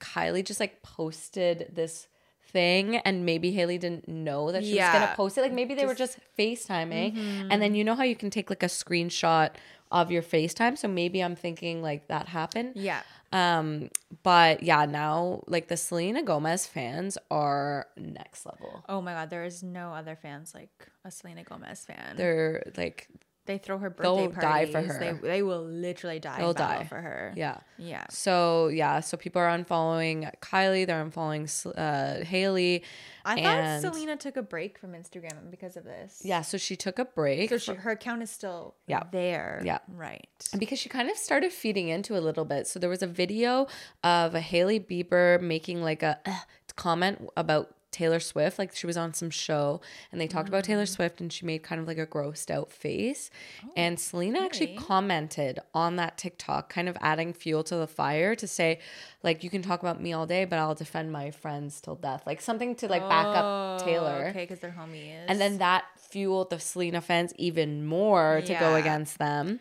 Speaker 2: Kylie just like posted this thing, and maybe Haley didn't know that she was
Speaker 1: Yeah.
Speaker 2: gonna post it. Like maybe they were just FaceTiming, and then you know how you can take like a screenshot of your FaceTime. So maybe I'm thinking like that happened.
Speaker 1: Yeah.
Speaker 2: Um, but yeah, now like the Selena Gomez fans are next level.
Speaker 1: Oh my God, there is no other fans like a Selena Gomez fan.
Speaker 2: They're like,
Speaker 1: they throw her birthday
Speaker 2: They'll die for
Speaker 1: parties. They,
Speaker 2: her.
Speaker 1: they will literally die.
Speaker 2: They'll
Speaker 1: They'll die
Speaker 2: die.
Speaker 1: for her.
Speaker 2: yeah.
Speaker 1: Yeah.
Speaker 2: So yeah, so people are unfollowing Kylie. They're unfollowing uh, Haley.
Speaker 1: I
Speaker 2: and-
Speaker 1: thought Selena took a break from Instagram because of this.
Speaker 2: Yeah, so she took a break.
Speaker 1: So she, her account is still
Speaker 2: Yeah.
Speaker 1: there.
Speaker 2: Yeah.
Speaker 1: Right.
Speaker 2: because she kind of started feeding into a little bit. So there was a video of a Haley Bieber making like a "Ugh," comment about Taylor Swift. Like she was on some show and they talked about Taylor
Speaker 1: Mm.
Speaker 2: Swift and she made kind of like a grossed out face. and Selena actually
Speaker 1: Oh, okay.
Speaker 2: commented on that TikTok, kind of adding fuel to the fire to say, like, you can talk about me all day, but I'll defend my friends till death. Like something to like back up Taylor.
Speaker 1: Oh, Okay, because they're homies.
Speaker 2: And then that fueled the Selena fans even more to go
Speaker 1: Yeah.
Speaker 2: against them.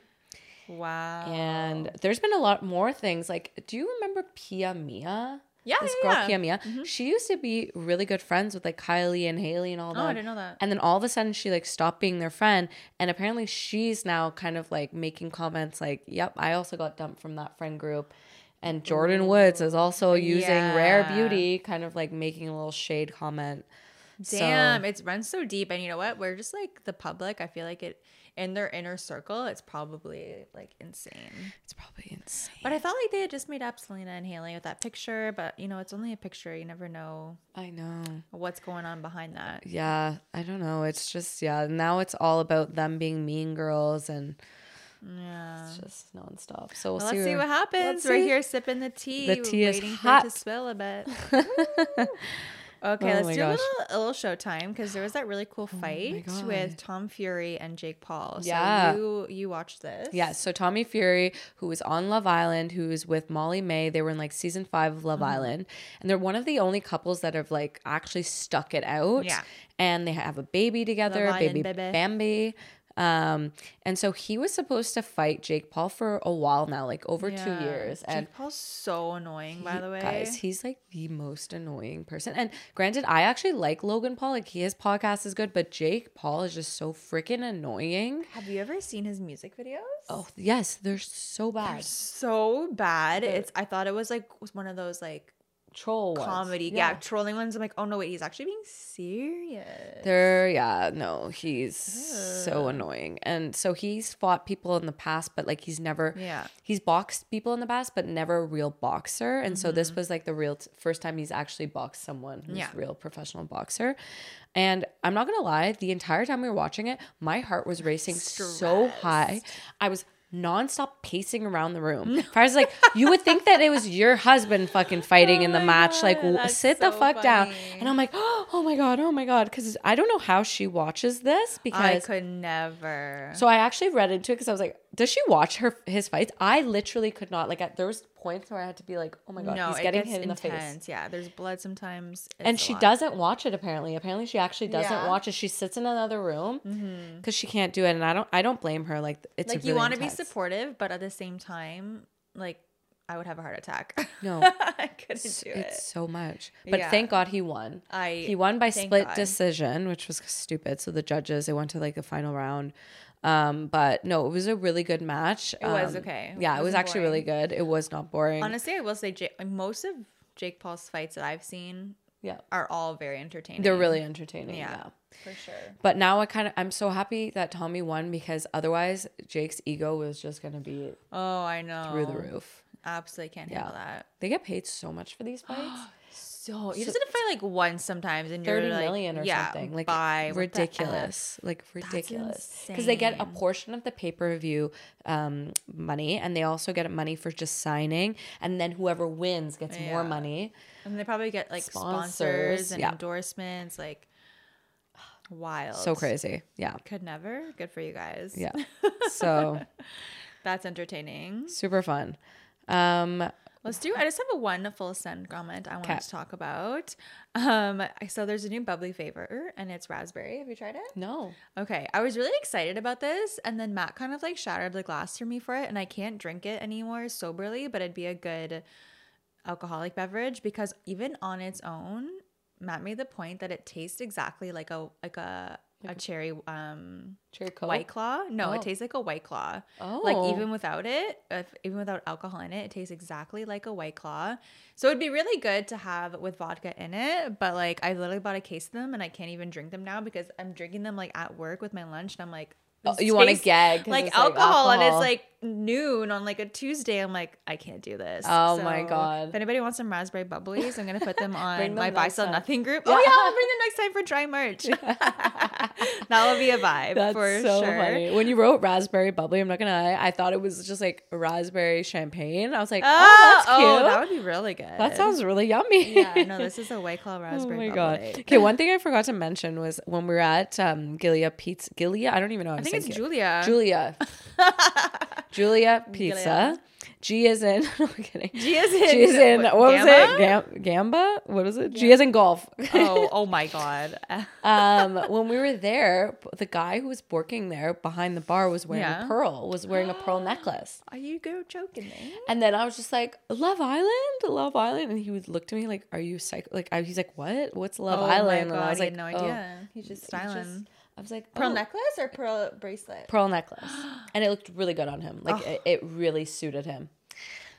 Speaker 1: wow.
Speaker 2: And there's been a lot more things. Like, do you remember Pia Mia?
Speaker 1: Yeah,
Speaker 2: this
Speaker 1: Oh, yeah, Mm-hmm.
Speaker 2: girl
Speaker 1: yeah.
Speaker 2: Kim, yeah, she used to be really good friends with like Kylie and Haley and all
Speaker 1: Oh, I
Speaker 2: them.
Speaker 1: didn't know that.
Speaker 2: And then all of a sudden, she like stopped being their friend, and apparently, she's now kind of like making comments like, "Yep, I also got dumped from that friend group." And Jordan Woods is also using rare
Speaker 1: yeah.
Speaker 2: beauty, kind of like making a little shade comment. So-
Speaker 1: Damn, it's runs so deep. And you know what? We're just like the public. I feel like it in their inner circle, it's probably like insane.
Speaker 2: It's probably insane.
Speaker 1: But I felt like they had just made up Selena and Haley with that picture. But you know, it's only a picture. You never know
Speaker 2: I know.
Speaker 1: what's going on behind that.
Speaker 2: Yeah, I don't know. It's just yeah. Now it's all about them being mean girls, and
Speaker 1: Yeah.
Speaker 2: it's just nonstop. So we'll
Speaker 1: Well, let's
Speaker 2: see.
Speaker 1: see what happens.
Speaker 2: let's
Speaker 1: We're
Speaker 2: see.
Speaker 1: here sipping the tea.
Speaker 2: The tea is
Speaker 1: waiting for it
Speaker 2: hot.
Speaker 1: to spill a bit.
Speaker 2: what
Speaker 1: Okay,
Speaker 2: Oh
Speaker 1: let's
Speaker 2: my
Speaker 1: do a
Speaker 2: gosh. Oh
Speaker 1: little, a little showtime because there was that really cool fight with
Speaker 2: God.
Speaker 1: Tom Fury and Jake Paul. So
Speaker 2: Yeah.
Speaker 1: you you watched this?
Speaker 2: Yeah, so Tommy Fury, who was on Love Island, who was with Molly May, they were in like season five of
Speaker 1: Mm-hmm.
Speaker 2: Love Island, and they're one of the only couples that have like actually stuck it out.
Speaker 1: Yeah.
Speaker 2: and they have a baby together,
Speaker 1: Island
Speaker 2: baby
Speaker 1: baby.
Speaker 2: Bambi. Um, and so he was supposed to fight Jake Paul for a while now, like over
Speaker 1: Yeah.
Speaker 2: two years,
Speaker 1: Jake
Speaker 2: and
Speaker 1: Paul's so annoying, by
Speaker 2: He-
Speaker 1: the way.
Speaker 2: Guys, he's like the most annoying person. And granted, I actually like Logan Paul. Like his podcast is good, but Jake Paul is just so freaking annoying.
Speaker 1: Have you ever seen his music videos?
Speaker 2: Oh yes, they're so
Speaker 1: They're
Speaker 2: bad.
Speaker 1: so bad. It's I thought it was like was one of those like
Speaker 2: Troll ones.
Speaker 1: comedy, yeah. trolling ones. I'm like, oh no, wait, he's actually being serious.
Speaker 2: They're yeah, no, he's so annoying. And so he's fought people in the past, but like he's never
Speaker 1: Yeah.
Speaker 2: he's boxed people in the past, but never a real boxer. And so this was like the real t- first time he's actually boxed someone
Speaker 1: Mm-hmm.
Speaker 2: who's
Speaker 1: Yeah.
Speaker 2: a real professional boxer. And I'm not gonna lie, the entire time we were watching it, my heart was racing so high. I was nonstop pacing around the room. I was like, you would think that it was your husband fucking fighting in the match. like,
Speaker 1: Oh God,
Speaker 2: w-
Speaker 1: that's
Speaker 2: sit the
Speaker 1: so
Speaker 2: fuck down.
Speaker 1: funny.
Speaker 2: And I'm like, oh my god, oh my god, because I don't know how she watches this
Speaker 1: I
Speaker 2: because.
Speaker 1: could never.
Speaker 2: so I actually read into it because I was like, does she watch her his fights? I literally could not. Like, at, there was points where I had to be like, oh my god,
Speaker 1: no,
Speaker 2: he's
Speaker 1: it
Speaker 2: getting
Speaker 1: gets
Speaker 2: hit in the
Speaker 1: intense.
Speaker 2: face.
Speaker 1: Yeah, there's blood sometimes.
Speaker 2: And
Speaker 1: It's a
Speaker 2: she
Speaker 1: lot.
Speaker 2: doesn't watch it apparently. Apparently, she actually doesn't
Speaker 1: Yeah. Mm-hmm.
Speaker 2: watch it. She sits in another room because she can't do it. And I don't. I don't blame her. Like, it's
Speaker 1: Like
Speaker 2: really
Speaker 1: you want to be
Speaker 2: intense.
Speaker 1: supportive, but at the same time, like I would have a heart attack.
Speaker 2: No.
Speaker 1: I couldn't do
Speaker 2: It's
Speaker 1: it.
Speaker 2: so much. But
Speaker 1: Yeah.
Speaker 2: thank God he won.
Speaker 1: I-
Speaker 2: he won by
Speaker 1: thank
Speaker 2: split
Speaker 1: God.
Speaker 2: decision, which was stupid. So the judges they went to like the final round. Um, but no, it was a really good match. It
Speaker 1: was okay. It
Speaker 2: Yeah, it was
Speaker 1: wasn't
Speaker 2: actually really good. It was not boring.
Speaker 1: Honestly, I will say Jake, most of Jake Paul's fights that I've seen
Speaker 2: yeah.
Speaker 1: are all very entertaining.
Speaker 2: They're really entertaining.
Speaker 1: Yeah.
Speaker 2: Yeah.
Speaker 1: for sure.
Speaker 2: But now I kind of I'm so happy that Tommy won because otherwise Jake's ego was just gonna be
Speaker 1: Oh, I know.
Speaker 2: through the roof.
Speaker 1: Absolutely can't handle that.
Speaker 2: They get paid so much for these fights.
Speaker 1: So you just have to fight like once sometimes, and you're
Speaker 2: Thirty
Speaker 1: like,
Speaker 2: million or
Speaker 1: yeah,
Speaker 2: something like
Speaker 1: bye. What the F?
Speaker 2: ridiculous like ridiculous because they get a portion of the pay-per-view um, money and they also get money for just signing and then whoever wins gets more
Speaker 1: Yeah.
Speaker 2: money
Speaker 1: And they probably get like sponsors,
Speaker 2: Sponsors,
Speaker 1: and
Speaker 2: yeah.
Speaker 1: endorsements, like wild.
Speaker 2: so crazy yeah
Speaker 1: Could never. Good for you guys.
Speaker 2: yeah so
Speaker 1: That's entertaining.
Speaker 2: super fun um
Speaker 1: Let's do. I just have a one full send comment I wanted
Speaker 2: Okay.
Speaker 1: to talk about. Um, I- so there's a new bubbly flavor, and it's raspberry. Have you tried it?
Speaker 2: no
Speaker 1: Okay, I was really excited about this, and then Matt kind of like shattered the glass for me for it, and I can't drink it anymore soberly, but it'd be a good alcoholic beverage because even on its own, Matt made the point that it tastes exactly like a like a a cherry um
Speaker 2: cherry coke
Speaker 1: white claw. No, it
Speaker 2: Oh.
Speaker 1: tastes like a white claw.
Speaker 2: oh
Speaker 1: Like even without it, if, even without alcohol in it, it tastes exactly like a white claw. So it'd be really good to have with vodka in it. But like I literally bought a case of them and I can't even drink them now because I'm drinking them like at work with my lunch and I'm like
Speaker 2: Oh,
Speaker 1: this
Speaker 2: you want to
Speaker 1: tastes
Speaker 2: gag 'cause
Speaker 1: like
Speaker 2: it's,
Speaker 1: alcohol, and it's like noon on like a Tuesday. I'm like I can't do this.
Speaker 2: Oh my God.
Speaker 1: If anybody wants some raspberry bubblies, I'm gonna put them on
Speaker 2: Bring them
Speaker 1: my buy
Speaker 2: next
Speaker 1: sell
Speaker 2: time.
Speaker 1: nothing group. Oh yeah, I'll bring them next time for dry merch. that will be a vibe
Speaker 2: That's
Speaker 1: for
Speaker 2: so
Speaker 1: sure.
Speaker 2: funny. When you wrote raspberry bubbly, I'm not gonna lie, I thought it was just like raspberry champagne. I was like, oh,
Speaker 1: Oh,
Speaker 2: that's cute.
Speaker 1: oh, that would be really good.
Speaker 2: That sounds really yummy.
Speaker 1: Yeah, no, this is a White Claw
Speaker 2: oh
Speaker 1: raspberry.
Speaker 2: my
Speaker 1: bubbly.
Speaker 2: god. Okay, one thing I forgot to mention was when we were at um Gilia Pizza Gilia, I don't even know. How
Speaker 1: I
Speaker 2: to
Speaker 1: think
Speaker 2: say
Speaker 1: it's
Speaker 2: it.
Speaker 1: Julia.
Speaker 2: Julia. Julia Pizza. G is in. No, I'm kidding. G
Speaker 1: G is in.
Speaker 2: is in. What, was
Speaker 1: Gamma?
Speaker 2: it? Gam- Gamba? What was it? G is in golf.
Speaker 1: Oh, oh my god.
Speaker 2: um, when we were there, the guy who was working there behind the bar was wearing a
Speaker 1: Yeah.
Speaker 2: pearl, was wearing a pearl necklace.
Speaker 1: Are you go joking me?
Speaker 2: And then I was just like, Love Island, Love Island. And he would look to me like, Are you psycho? Like, I, he's like, What? What's Love
Speaker 1: Oh
Speaker 2: Island?
Speaker 1: my
Speaker 2: and
Speaker 1: god,
Speaker 2: I was
Speaker 1: he had
Speaker 2: like,
Speaker 1: no
Speaker 2: "Oh."
Speaker 1: idea. He's just
Speaker 2: It's
Speaker 1: styling.
Speaker 2: just- I was like,
Speaker 1: pearl
Speaker 2: "Oh,
Speaker 1: necklace or pearl bracelet?
Speaker 2: pearl necklace. And it looked really good on him. Like, it, it really suited him.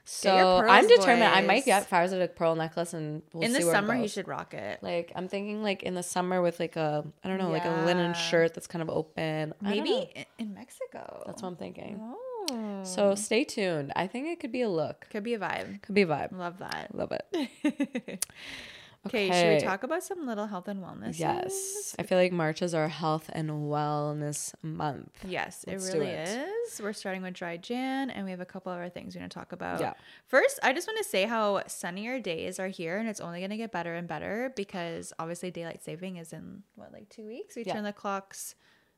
Speaker 2: So
Speaker 1: your
Speaker 2: I'm
Speaker 1: pearls,
Speaker 2: determined. I might
Speaker 1: boys.
Speaker 2: get Farzad a pearl necklace and we'll
Speaker 1: in the
Speaker 2: see where it
Speaker 1: summer, he
Speaker 2: goes.
Speaker 1: should rock it.
Speaker 2: Like I'm thinking, like in the summer with like a I don't know, like a linen
Speaker 1: Yeah.
Speaker 2: shirt that's kind of open. I don't
Speaker 1: Maybe
Speaker 2: know.
Speaker 1: in- in Mexico.
Speaker 2: that's what I'm thinking.
Speaker 1: Oh.
Speaker 2: So stay tuned. I think it could be a look,
Speaker 1: Could be a vibe.
Speaker 2: could be a vibe.
Speaker 1: Love that.
Speaker 2: Love it.
Speaker 1: okay, should
Speaker 2: Okay.
Speaker 1: we talk about some little health and wellness?
Speaker 2: Yes, I feel like March is our health and wellness month.
Speaker 1: Yes,
Speaker 2: Let's
Speaker 1: it
Speaker 2: do
Speaker 1: really
Speaker 2: it.
Speaker 1: is. We're starting with dry Jan, and we have a couple other things we want to talk about.
Speaker 2: Yeah.
Speaker 1: First, I just want to say how sunnier days are here, and it's only going to get better and better because obviously daylight saving is in what like two weeks. We
Speaker 2: Yeah.
Speaker 1: turn the clocks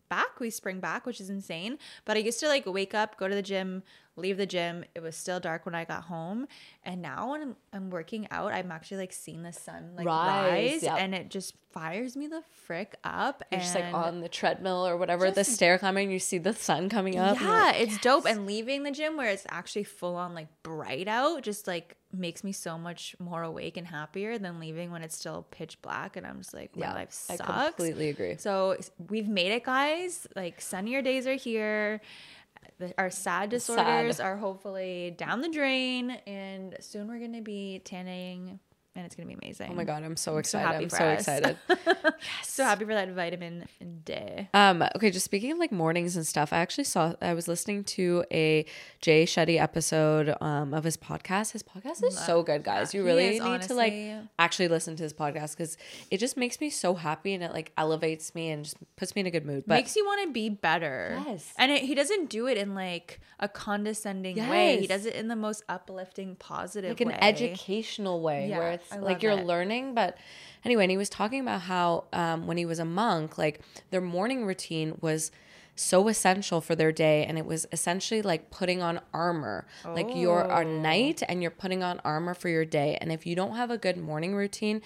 Speaker 1: back, we spring back, which is insane. But I used to like wake up, go to the gym, leave the gym. It was still dark when I got home, and now when I'm, I'm working out, I'm actually like seeing the sun like
Speaker 2: Rise,
Speaker 1: rise,
Speaker 2: yep.
Speaker 1: and it just fires me the frick up.
Speaker 2: You're
Speaker 1: and
Speaker 2: just like on the treadmill or whatever, the stair climbing, you see the sun coming up. and you're
Speaker 1: yeah,
Speaker 2: like,
Speaker 1: it's dope. And leaving the gym where it's actually full on like bright out just like makes me so much more awake and happier than leaving when it's still pitch black and I'm just like, my
Speaker 2: yeah,
Speaker 1: life sucks.
Speaker 2: I completely agree.
Speaker 1: So s- we've made it, guys. Like sunnier days are here. The- Our sad disorders are hopefully down the drain, and soon we're gonna be tanning, and it's gonna be amazing.
Speaker 2: Oh my god, I'm so
Speaker 1: so
Speaker 2: excited!
Speaker 1: happy
Speaker 2: I'm
Speaker 1: for
Speaker 2: so
Speaker 1: us.
Speaker 2: excited.
Speaker 1: So happy for that vitamin D.
Speaker 2: Um, okay, just speaking of like mornings and stuff, I actually saw I was listening to a Jay Shetty episode um of his podcast. His podcast is so good, guys. You
Speaker 1: He
Speaker 2: really
Speaker 1: is,
Speaker 2: need to like
Speaker 1: honestly.
Speaker 2: actually listen to his podcast because it just makes me so happy and it like elevates me and just puts me in a good mood. But
Speaker 1: makes you want to be better.
Speaker 2: Yes.
Speaker 1: And it, he doesn't do it in like a condescending way. He
Speaker 2: Yes.
Speaker 1: does it in the most uplifting, positive
Speaker 2: like an
Speaker 1: way.
Speaker 2: educational way where
Speaker 1: Yeah,
Speaker 2: it's
Speaker 1: I
Speaker 2: like
Speaker 1: love
Speaker 2: you're
Speaker 1: it.
Speaker 2: learning but anyway and he was talking about how um, when he was a monk like their morning routine was so essential for their day and it was essentially like putting on armor like you're
Speaker 1: Oh.
Speaker 2: a knight and you're putting on armor for your day and if you don't have a good morning routine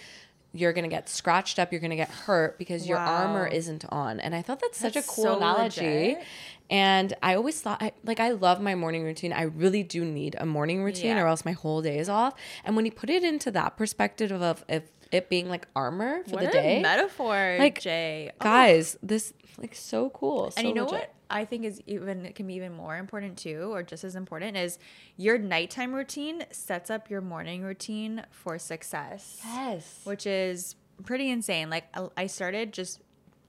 Speaker 2: you're gonna get scratched up you're gonna get hurt because your armor
Speaker 1: Wow.
Speaker 2: isn't on and i thought that's, such a
Speaker 1: That's
Speaker 2: cool
Speaker 1: so
Speaker 2: analogy
Speaker 1: legit.
Speaker 2: and I always thought, I, like, I love my morning routine. I really do need a morning routine
Speaker 1: Yeah.
Speaker 2: or else my whole day is off. And when you put it into that perspective of, of it being like armor for
Speaker 1: What
Speaker 2: the
Speaker 1: a
Speaker 2: day,
Speaker 1: metaphor,
Speaker 2: Like,
Speaker 1: Jay. Oh.
Speaker 2: guys, this like so cool.
Speaker 1: And
Speaker 2: so
Speaker 1: you know
Speaker 2: legit.
Speaker 1: what I think is even can be even more important too, or just as important is your nighttime routine sets up your morning routine for success.
Speaker 2: Yes.
Speaker 1: which is pretty insane. Like I- I started just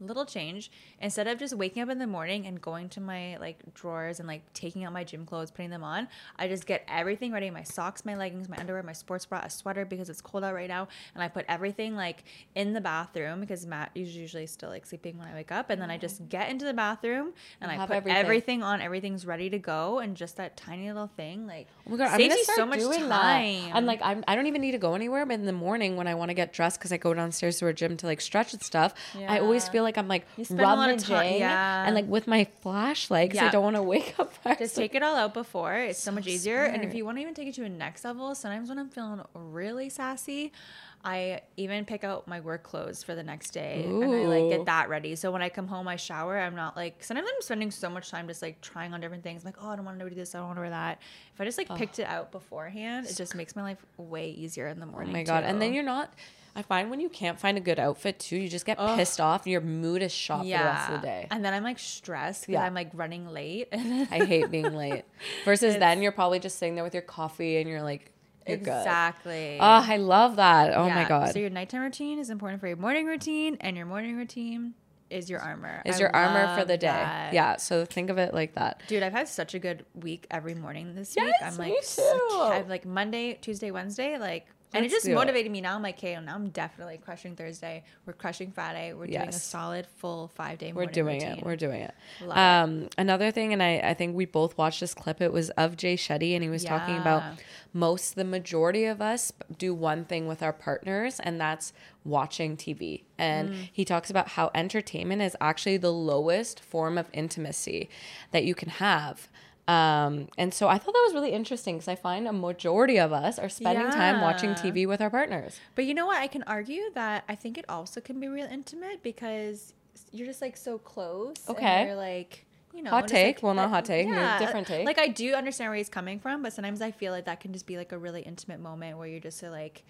Speaker 1: little change instead of just waking up in the morning and going to my like drawers and like taking out my gym clothes putting them on i just get everything ready my socks my leggings my underwear my sports bra a sweater because it's cold out right now and i put everything like in the bathroom because matt is usually still like sleeping when i wake up and then i just get into the bathroom and i
Speaker 2: have
Speaker 1: put
Speaker 2: everything.
Speaker 1: everything. on everything's ready to go and just that tiny little thing like
Speaker 2: Oh my god, I'm
Speaker 1: saves
Speaker 2: gonna
Speaker 1: you
Speaker 2: start
Speaker 1: so much
Speaker 2: doing
Speaker 1: time
Speaker 2: that. And like, I'm, I don't even need to go anywhere. But in the morning, when I want to get dressed because I go downstairs to a gym to like stretch and stuff, I always
Speaker 1: Yeah.
Speaker 2: feel like I'm like
Speaker 1: spend a lot of
Speaker 2: rummaging
Speaker 1: ti- yeah.
Speaker 2: and like with my flashlight because I
Speaker 1: Yeah.
Speaker 2: don't want to wake up.
Speaker 1: Just take it all out before. It's so, much easier. And if
Speaker 2: smart.
Speaker 1: you want to even take it to a next level, sometimes when I'm feeling really sassy, I even pick out my work clothes for the next day and I like
Speaker 2: Ooh.
Speaker 1: get that ready. So when I come home, I shower. I'm not like sometimes I'm spending so much time just like trying on different things. like, oh, I don't want to do this. I don't want to wear that. If I just like picked it out beforehand, it just makes my life way easier in the morning.
Speaker 2: Oh my god! And then
Speaker 1: too.
Speaker 2: you're not. I find when you can't find a good outfit too, you just get pissed off. and Your mood is shot for the rest of the day.
Speaker 1: And then I'm like stressed because
Speaker 2: Yeah.
Speaker 1: I'm like running late. And
Speaker 2: I hate being late. Versus then you're probably just sitting there with your coffee and you're like, you're good.
Speaker 1: exactly.
Speaker 2: Oh, I love that. Oh my
Speaker 1: Yeah.
Speaker 2: god.
Speaker 1: So your nighttime routine is important for your morning routine, and your morning routine is your armor.
Speaker 2: is
Speaker 1: I
Speaker 2: your armor for
Speaker 1: love
Speaker 2: the day?
Speaker 1: that.
Speaker 2: Yeah. So think of it like that.
Speaker 1: Dude, I've had such a good week every morning this week.
Speaker 2: Yes,
Speaker 1: I'm
Speaker 2: me
Speaker 1: like, s-
Speaker 2: too.
Speaker 1: I'm like Monday, Tuesday, Wednesday, like, and it
Speaker 2: Let's
Speaker 1: just
Speaker 2: do it.
Speaker 1: motivated me. Now I'm like, okay, now I'm definitely crushing Thursday. We're crushing Friday. We're doing a
Speaker 2: Yes.
Speaker 1: solid full five day.
Speaker 2: We're doing it. We're doing it.
Speaker 1: Love it.
Speaker 2: um, Another thing, and I, I think we both watched this clip. It was of Jay Shetty, and he was talking about
Speaker 1: Yeah.
Speaker 2: most, the majority of us do one thing with our partners, and that's watching TV. And
Speaker 1: Mm.
Speaker 2: he talks about how entertainment is actually the lowest form of intimacy that you can have. Um, and so I thought that was really interesting because I find a majority of us are spending time watching
Speaker 1: Yeah.
Speaker 2: TV with our partners.
Speaker 1: But you know what? I can argue that I think it also can be real intimate because you're just like so close. and
Speaker 2: Okay.
Speaker 1: you're like, you know,
Speaker 2: Hot
Speaker 1: just,
Speaker 2: take?
Speaker 1: like,
Speaker 2: Well, not
Speaker 1: uh,
Speaker 2: hot take, no, different take.
Speaker 1: Like I do understand where he's coming from, but sometimes I feel like that can just be like a really intimate moment where you're just so like,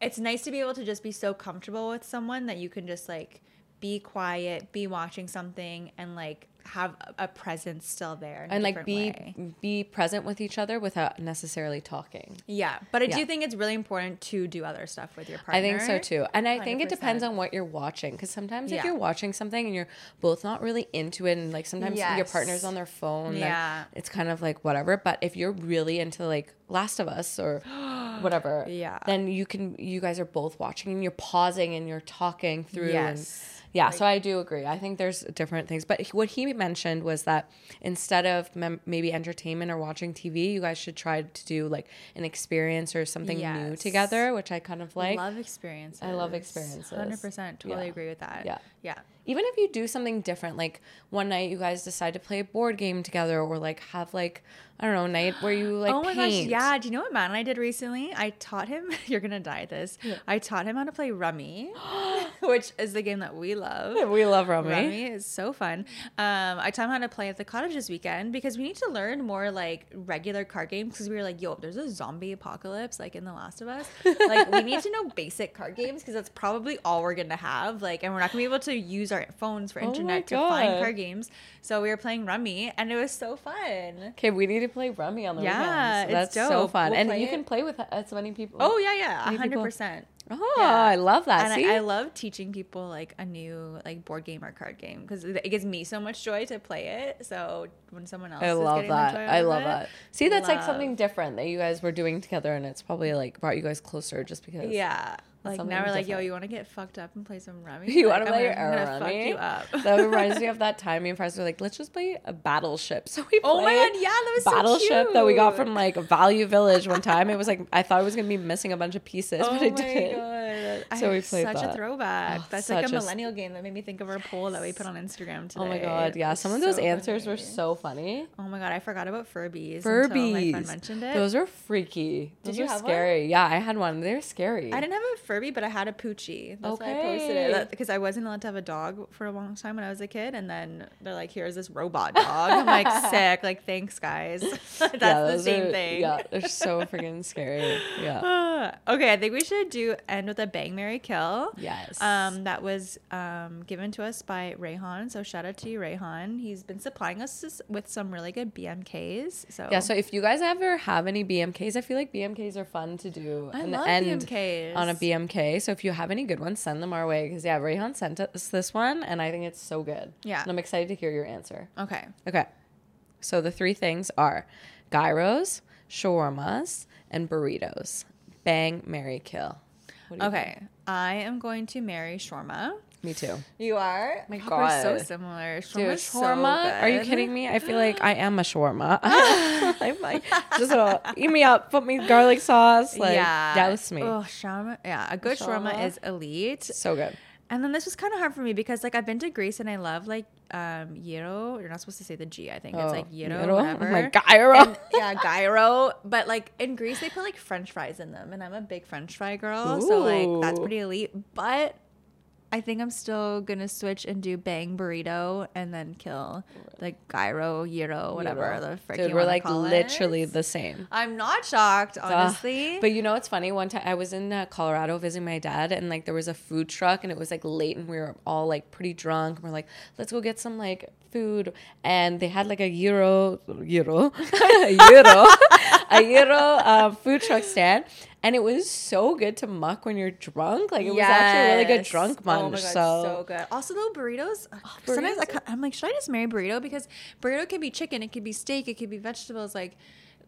Speaker 1: it's nice to be able to just be so comfortable with someone that you can just like be quiet, be watching something, and like have a- a presence still there in a
Speaker 2: and like
Speaker 1: different
Speaker 2: be
Speaker 1: way.
Speaker 2: be present with each other without necessarily talking.
Speaker 1: yeah. But I
Speaker 2: Yeah.
Speaker 1: do think it's really important to do other stuff with your partner.
Speaker 2: I think so too. And I think it
Speaker 1: 100%.
Speaker 2: depends on what you're watching cuz sometimes if
Speaker 1: Yeah.
Speaker 2: you're watching something and you're both not really into it and like sometimes your
Speaker 1: Yes.
Speaker 2: partner's on their phone then
Speaker 1: Yeah.
Speaker 2: it's kind of like whatever, but if you're really into like Last of Us or whatever,
Speaker 1: Yeah.
Speaker 2: then you can you guys are both watching and you're pausing and you're talking through
Speaker 1: Yes.
Speaker 2: and yeah, so I do agree. I think there's different things, but he- what he mentioned was that instead of mem- maybe entertainment or watching TV, you guys should try to do like an experience or something new
Speaker 1: Yes.
Speaker 2: together, which I kind of like.
Speaker 1: love experiences.
Speaker 2: I love experiences.
Speaker 1: Hundred percent. Totally
Speaker 2: Yeah.
Speaker 1: agree with that.
Speaker 2: Yeah.
Speaker 1: Yeah.
Speaker 2: Even if you do something different, like one night you guys decide to play a board game together, or like have like I don't know, a night where you like
Speaker 1: oh my
Speaker 2: paint.
Speaker 1: gosh. Yeah. Do you know what Matt and I did recently? I taught him. You're gonna die at this. I taught him how to play Rummy, which is the game that we love.
Speaker 2: we love Romy.
Speaker 1: Rummy is so fun. Um, I taught him how to play at the cottage this weekend because we need to learn more like regular card games because we were like, yo, if there's a zombie apocalypse like in The Last of Us, like we need to know basic card games because that's probably all we're gonna have. Like, and we're not gonna be able to use our phones for
Speaker 2: Oh my
Speaker 1: internet to find
Speaker 2: God.
Speaker 1: card games. So we were playing Rummy and it was so fun.
Speaker 2: Okay, we need to play Rummy on the
Speaker 1: Yeah,
Speaker 2: weekends.
Speaker 1: it's
Speaker 2: That's so
Speaker 1: dope.
Speaker 2: fun,
Speaker 1: We'll
Speaker 2: and
Speaker 1: play
Speaker 2: you
Speaker 1: it.
Speaker 2: can play with as many people.
Speaker 1: Oh yeah, yeah,
Speaker 2: Many
Speaker 1: hundred
Speaker 2: people-
Speaker 1: percent.
Speaker 2: oh,
Speaker 1: yeah.
Speaker 2: I love that.
Speaker 1: And
Speaker 2: See,
Speaker 1: I, I love teaching people like a new like board game or card game because it gives me so much joy to play it. So when someone else,
Speaker 2: I
Speaker 1: is
Speaker 2: love
Speaker 1: getting the
Speaker 2: that.
Speaker 1: joy
Speaker 2: I
Speaker 1: out of
Speaker 2: love
Speaker 1: it-
Speaker 2: that. See, that's like something
Speaker 1: Love.
Speaker 2: different that you guys were doing together, and it's probably like brought you guys closer just because.
Speaker 1: Yeah. Like now
Speaker 2: something
Speaker 1: we're like, yo,
Speaker 2: different.
Speaker 1: you want to get fucked up and play some rummy?
Speaker 2: You
Speaker 1: Like,
Speaker 2: want to
Speaker 1: I'm
Speaker 2: play
Speaker 1: gonna- I'm
Speaker 2: your
Speaker 1: gonna
Speaker 2: Rummy?
Speaker 1: Fuck you up.
Speaker 2: that reminds me of that time me and Price were like, let's just play a battleship. So we played
Speaker 1: Oh my god, yeah, that was so
Speaker 2: battleship that we got
Speaker 1: cute.
Speaker 2: from like Value Village one time. It was like I thought I was gonna be missing a bunch of pieces,
Speaker 1: Oh
Speaker 2: but
Speaker 1: my
Speaker 2: I didn't.
Speaker 1: god!
Speaker 2: So
Speaker 1: I-
Speaker 2: we played
Speaker 1: such
Speaker 2: that.
Speaker 1: a throwback.
Speaker 2: Oh,
Speaker 1: That's like
Speaker 2: such
Speaker 1: a
Speaker 2: a s-
Speaker 1: millennial game that made me think of our poll that we put on Instagram today.
Speaker 2: Oh my god, yeah.
Speaker 1: It's
Speaker 2: Some of those
Speaker 1: so
Speaker 2: answers were
Speaker 1: funny.
Speaker 2: so funny.
Speaker 1: Oh my god, I forgot about Furbies. Until my friend
Speaker 2: Furbies.
Speaker 1: mentioned it.
Speaker 2: Those are freaky. Those
Speaker 1: you
Speaker 2: are
Speaker 1: have one?
Speaker 2: scary. Yeah, I had one. They're scary.
Speaker 1: I didn't have a Furby, but I had a Poochie. That's why I posted
Speaker 2: Okay.
Speaker 1: it because I wasn't allowed to have a dog for a long time when I was a kid. And then they're like, "Here's this robot dog." I'm like, "Sick!" Like, thanks, guys. That's the
Speaker 2: those
Speaker 1: same
Speaker 2: are-
Speaker 1: thing.
Speaker 2: Yeah, they're so freaking scary. Yeah.
Speaker 1: okay, I think we should do end with a bang, Mary kill.
Speaker 2: Yes.
Speaker 1: Um, that was um, given to us by Rayhan. So shout out to you, Rayhan. He's been supplying us s- with some really good BMKs. So
Speaker 2: Yeah, so if you guys ever have any BMKs, I feel like BMKs are fun to do
Speaker 1: I
Speaker 2: in
Speaker 1: love
Speaker 2: the end
Speaker 1: BMKs.
Speaker 2: on a BMK. So if you have any good ones, send them our way. Because yeah, Rayhan sent us this one, and I think it's so good.
Speaker 1: Yeah.
Speaker 2: and I'm excited to hear your answer.
Speaker 1: okay.
Speaker 2: Okay, so the three things are gyros, shawarmas, and burritos. Bang, Mary kill. What do you think?
Speaker 1: Okay, I am going to marry Shorma.
Speaker 2: me too.
Speaker 1: You are. My God,
Speaker 2: God.
Speaker 1: we're so similar. Shawarma's
Speaker 2: Dude,
Speaker 1: so
Speaker 2: shawarma? are you
Speaker 1: good.
Speaker 2: kidding me? I feel like I am a shawarma. I'm like, just uh, eat me up, put me garlic sauce, like douse me.
Speaker 1: Oh, shawarma. Yeah, a good shawarma,
Speaker 2: Shawarma.
Speaker 1: is elite.
Speaker 2: So good.
Speaker 1: And then this was kind of hard for me because like I've been to Greece and I love like um gyro. You're not supposed to say the G. I think
Speaker 2: Oh,
Speaker 1: it's like gyro, whatever.
Speaker 2: I'm like gyro.
Speaker 1: And- yeah, gyro. But like in Greece, they put like French fries in them, and I'm a big French fry girl, so like that's
Speaker 2: Ooh.
Speaker 1: pretty elite. But I think I'm still gonna switch and do bang burrito, and then kill like gyro, gyro, whatever the frick
Speaker 2: Dude,
Speaker 1: you
Speaker 2: we're
Speaker 1: wanna
Speaker 2: like
Speaker 1: call it.
Speaker 2: literally the same.
Speaker 1: I'm not shocked,
Speaker 2: Ugh.
Speaker 1: honestly.
Speaker 2: Uh, But you know what's funny? One time I was in uh, Colorado visiting my dad, and like there was a food truck, and it was like late, and we were all like pretty drunk. And we're like, let's go get some like food, and they had like a euro, euro, a euro, a euro uh, food truck stand. And it was so good to muck when you're drunk. Like it was actually a really good
Speaker 1: Yes.
Speaker 2: drunk
Speaker 1: Oh my
Speaker 2: munch.
Speaker 1: God,
Speaker 2: so, Oh,
Speaker 1: good. Also, though burritos, sometimes I,
Speaker 2: burritos
Speaker 1: ca- I'm like, should I just marry burrito? Because burrito can be chicken, it could be steak, it could be vegetables. Like,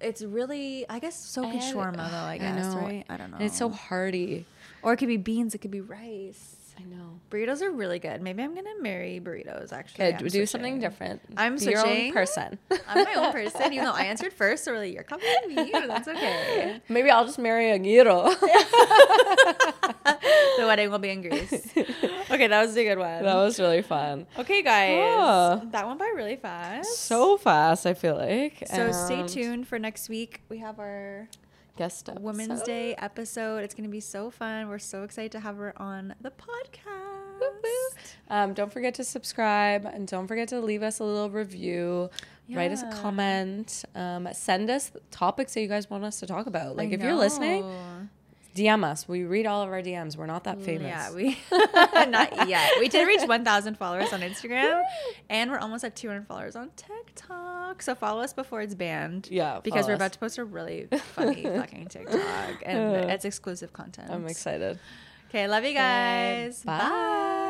Speaker 1: it's really, I guess, so could
Speaker 2: And-
Speaker 1: shawarma though. I guess,
Speaker 2: know.
Speaker 1: right? I don't know.
Speaker 2: And it's so hearty.
Speaker 1: or it could be beans, it could be rice.
Speaker 2: I know.
Speaker 1: Burritos are really good. Maybe I'm gonna marry burritos. Actually,
Speaker 2: Okay,
Speaker 1: I'm
Speaker 2: do something
Speaker 1: switching.
Speaker 2: different.
Speaker 1: I'm
Speaker 2: Be Your own
Speaker 1: switching.
Speaker 2: person.
Speaker 1: I'm my own person, even though I answered first. So really, you're coming to me. but That's okay.
Speaker 2: Maybe I'll just marry a gyro.
Speaker 1: The wedding will be in Greece. Okay, that was a good one.
Speaker 2: That was really fun.
Speaker 1: Okay, guys.
Speaker 2: Yeah.
Speaker 1: That went by really fast.
Speaker 2: Ah. So fast, I feel like.
Speaker 1: So stay
Speaker 2: And
Speaker 1: tuned for next week. We have our
Speaker 2: Guest episode.
Speaker 1: Women's Day episode. It's going to be so fun. We're so excited to have her on the podcast.
Speaker 2: Um, don't forget to subscribe and don't forget to leave us a little review. Write us a
Speaker 1: Yeah.
Speaker 2: comment. Um, send us topics that you guys want us to talk about. Like
Speaker 1: I
Speaker 2: if you're listening,
Speaker 1: know. Mm,
Speaker 2: DM us. We read all of our DMs. We're not that famous.
Speaker 1: Yeah, we not yet. We did reach 1,000 followers on Instagram, and we're almost at 200 followers on TikTok. So follow us before it's banned.
Speaker 2: Yeah,
Speaker 1: because
Speaker 2: follow
Speaker 1: we're
Speaker 2: us.
Speaker 1: about to post a really funny fucking
Speaker 2: Uh,
Speaker 1: TikTok, and it's exclusive content.
Speaker 2: I'm excited.
Speaker 1: Okay, love you guys.
Speaker 2: Bye.